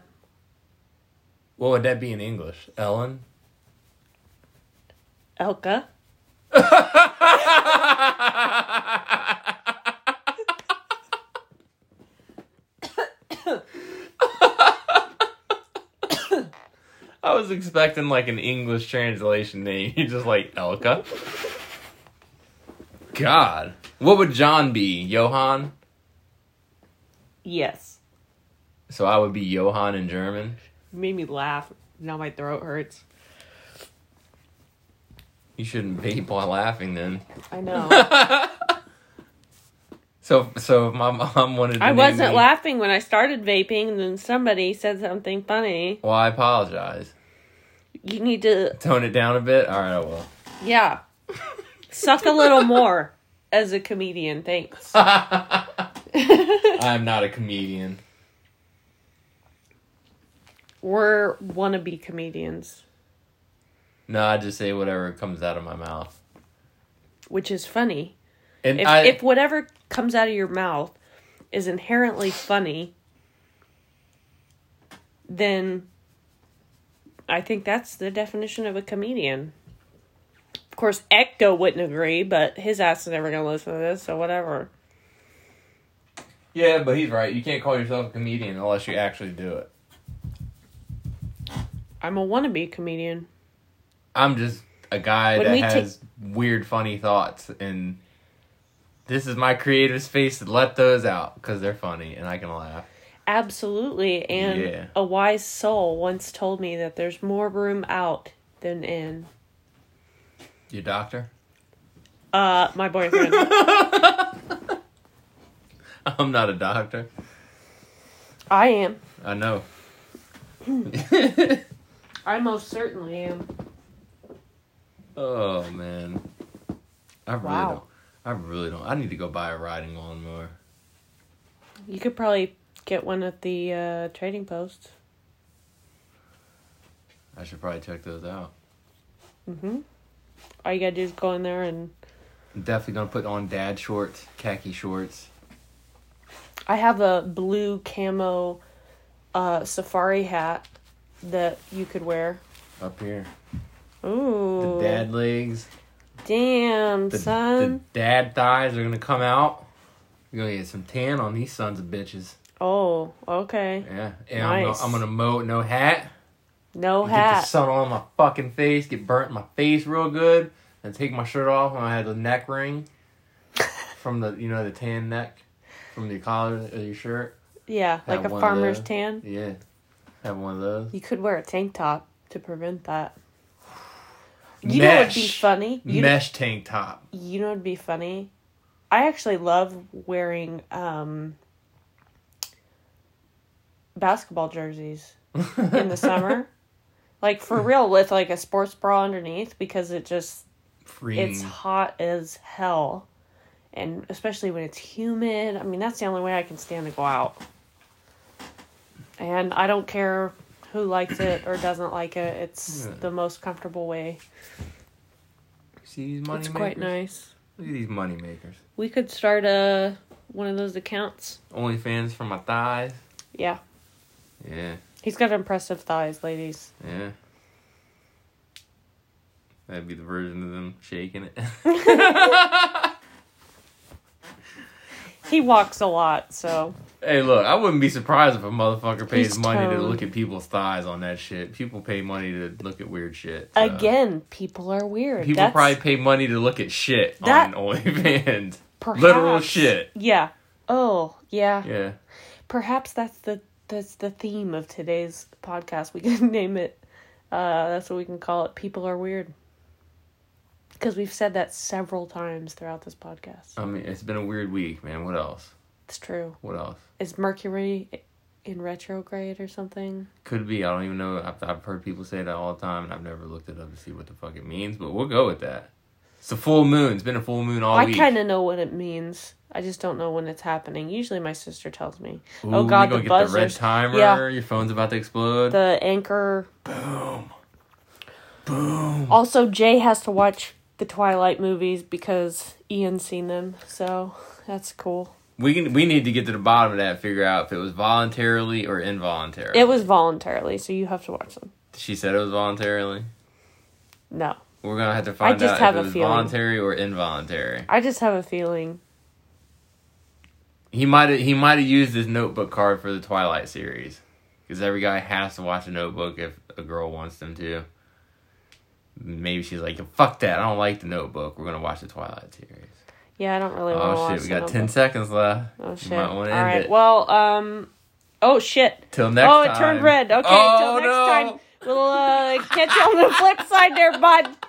[SPEAKER 2] What would that be in English? Ellen?
[SPEAKER 1] Elka.
[SPEAKER 2] I was was expecting like an English translation name. [laughs] You're just like Elka. God, what would John be? Johann.
[SPEAKER 1] Yes.
[SPEAKER 2] So I would be Johann in German.
[SPEAKER 1] You made me laugh. Now my throat hurts.
[SPEAKER 2] You shouldn't vape while laughing then.
[SPEAKER 1] I know.
[SPEAKER 2] So so if my mom wanted.
[SPEAKER 1] [laughs]
[SPEAKER 2] To
[SPEAKER 1] I
[SPEAKER 2] name
[SPEAKER 1] wasn't
[SPEAKER 2] me-
[SPEAKER 1] laughing when I started vaping, and then somebody said something funny.
[SPEAKER 2] Well, I apologize.
[SPEAKER 1] You need to,
[SPEAKER 2] Tone it down a bit. All right, I will.
[SPEAKER 1] [laughs] yeah, suck a little more as a comedian. [laughs] Thanks.
[SPEAKER 2] [laughs] I'm not a comedian.
[SPEAKER 1] We're wannabe comedians,
[SPEAKER 2] No, I just say whatever comes out of my mouth.
[SPEAKER 1] which is funny.
[SPEAKER 2] And
[SPEAKER 1] If,
[SPEAKER 2] I,
[SPEAKER 1] if whatever comes out of your mouth is inherently funny, then I think that's the definition of a comedian. Of course, Ecto wouldn't agree, but his ass is never going to listen to this, so whatever.
[SPEAKER 2] yeah, but he's right. You can't call yourself a comedian unless you actually do it.
[SPEAKER 1] I'm a wannabe comedian.
[SPEAKER 2] I'm just a guy
[SPEAKER 1] When we
[SPEAKER 2] that has weird, funny thoughts, and this is my creative space to let those out because they're funny and I can laugh.
[SPEAKER 1] Absolutely. And
[SPEAKER 2] Yeah.
[SPEAKER 1] a wise soul once told me that there's more room out than in.
[SPEAKER 2] Your doctor?
[SPEAKER 1] Uh, my boyfriend.
[SPEAKER 2] [laughs]
[SPEAKER 1] [laughs]
[SPEAKER 2] I'm not a doctor.
[SPEAKER 1] I am.
[SPEAKER 2] I know. [laughs]
[SPEAKER 1] I most certainly am.
[SPEAKER 2] Oh man, I really
[SPEAKER 1] Wow.
[SPEAKER 2] don't. I really don't. I need to go buy a riding lawnmower.
[SPEAKER 1] You could probably get one at the uh, trading post.
[SPEAKER 2] I should probably check those out.
[SPEAKER 1] Mm-hmm. All you gotta do is go in there, and
[SPEAKER 2] I'm definitely gonna put on dad shorts, khaki shorts.
[SPEAKER 1] I have a blue camo uh, safari hat that you could wear.
[SPEAKER 2] Up here,
[SPEAKER 1] Ooh,
[SPEAKER 2] the dad legs,
[SPEAKER 1] damn
[SPEAKER 2] the,
[SPEAKER 1] son!
[SPEAKER 2] the dad thighs are gonna come out. You're gonna get some tan on these sons of bitches.
[SPEAKER 1] Oh, okay.
[SPEAKER 2] Yeah, and I'm, gonna,
[SPEAKER 1] Nice.
[SPEAKER 2] I'm gonna mow with no hat.
[SPEAKER 1] No
[SPEAKER 2] Get the
[SPEAKER 1] hat.
[SPEAKER 2] sun on my fucking face. Get burnt in my face real good. And take my shirt off. And I had the neck ring
[SPEAKER 1] [laughs]
[SPEAKER 2] from the you know the tan neck from the collar of your shirt.
[SPEAKER 1] Yeah, like a
[SPEAKER 2] one of
[SPEAKER 1] farmer's
[SPEAKER 2] those.
[SPEAKER 1] tan.
[SPEAKER 2] Yeah, have one of those.
[SPEAKER 1] You could wear a tank top to prevent that. You know what'd be
[SPEAKER 2] Mesh.
[SPEAKER 1] funny? You
[SPEAKER 2] Mesh tank top.
[SPEAKER 1] you know what'd be funny? I actually love wearing um basketball jerseys in the
[SPEAKER 2] [laughs]
[SPEAKER 1] summer. Like for real with like a sports bra underneath because it just
[SPEAKER 2] Freeing.
[SPEAKER 1] it's hot as hell. And especially when it's humid. I mean, that's the only way I can stand to go out. And I don't care who likes it or doesn't like it. It's
[SPEAKER 2] Yeah.
[SPEAKER 1] the most comfortable way.
[SPEAKER 2] See these money
[SPEAKER 1] it's
[SPEAKER 2] makers.
[SPEAKER 1] quite nice.
[SPEAKER 2] Look at these money makers.
[SPEAKER 1] We could start a one of those accounts.
[SPEAKER 2] Only fans for my thighs.
[SPEAKER 1] Yeah,
[SPEAKER 2] Yeah,
[SPEAKER 1] he's got impressive thighs, ladies. [laughs]
[SPEAKER 2] yeah. That'd be the version of them shaking it.
[SPEAKER 1] [laughs]
[SPEAKER 2] [laughs]
[SPEAKER 1] He walks a lot, so
[SPEAKER 2] hey, look, I wouldn't be surprised if a motherfucker pays
[SPEAKER 1] He's
[SPEAKER 2] money to
[SPEAKER 1] toned.
[SPEAKER 2] look at people's thighs on that shit. People pay money to look at weird shit. so.
[SPEAKER 1] again, people are weird.
[SPEAKER 2] Uh, People
[SPEAKER 1] That's
[SPEAKER 2] probably pay money to look at shit
[SPEAKER 1] That-
[SPEAKER 2] on OnlyFans. [laughs]
[SPEAKER 1] perhaps-
[SPEAKER 2] Literal shit.
[SPEAKER 1] Yeah. Oh, yeah.
[SPEAKER 2] Yeah.
[SPEAKER 1] Perhaps that's the that's the theme of today's podcast. We can [laughs] name it. Uh, that's what we can call it. People are weird. Because we've said that several times throughout this podcast.
[SPEAKER 2] I mean, it's been a weird week, man. What else?
[SPEAKER 1] It's true.
[SPEAKER 2] What else?
[SPEAKER 1] Is Mercury in retrograde or something?
[SPEAKER 2] Could be. I don't even know. I've, I've heard people say that all the time, and I've never looked it up to see what the fuck it means. But we'll go with that. It's a full moon. It's been a full moon all
[SPEAKER 1] I
[SPEAKER 2] week.
[SPEAKER 1] kind of know what it means. I just don't know when it's happening. Usually, my sister tells me.
[SPEAKER 2] Ooh,
[SPEAKER 1] oh God,
[SPEAKER 2] we
[SPEAKER 1] the
[SPEAKER 2] gonna get the red
[SPEAKER 1] buzzers.
[SPEAKER 2] timer.
[SPEAKER 1] Yeah.
[SPEAKER 2] Your phone's about to explode.
[SPEAKER 1] The anchor.
[SPEAKER 2] Boom. Boom.
[SPEAKER 1] Also, Jay has to watch the Twilight movies because Ian's seen them, so that's cool.
[SPEAKER 2] We can. We need to get to the bottom of that. and Figure out if it was voluntarily or involuntarily.
[SPEAKER 1] It was voluntarily, so you have to watch them.
[SPEAKER 2] She said it was voluntarily.
[SPEAKER 1] No,
[SPEAKER 2] We're gonna have to find
[SPEAKER 1] just
[SPEAKER 2] out
[SPEAKER 1] have
[SPEAKER 2] if
[SPEAKER 1] a
[SPEAKER 2] it was
[SPEAKER 1] feeling.
[SPEAKER 2] voluntary or involuntary.
[SPEAKER 1] I just have a feeling.
[SPEAKER 2] He might have. He might have used his notebook card for the Twilight series. Because every guy has to watch a notebook if a girl wants them to. Maybe she's like, fuck that. I don't like the notebook. We're going to watch the Twilight series.
[SPEAKER 1] Yeah, I don't really want to
[SPEAKER 2] Oh,
[SPEAKER 1] watch
[SPEAKER 2] shit. We got
[SPEAKER 1] the
[SPEAKER 2] 10
[SPEAKER 1] notebook.
[SPEAKER 2] seconds left.
[SPEAKER 1] Oh shit!
[SPEAKER 2] might
[SPEAKER 1] All
[SPEAKER 2] wanna end
[SPEAKER 1] right.
[SPEAKER 2] it.
[SPEAKER 1] Well, um, oh shit!
[SPEAKER 2] Till next
[SPEAKER 1] oh,
[SPEAKER 2] time.
[SPEAKER 1] it turned red. Okay,
[SPEAKER 2] Oh,
[SPEAKER 1] till next
[SPEAKER 2] no.
[SPEAKER 1] time. We'll uh, catch you on the flip side there, bud.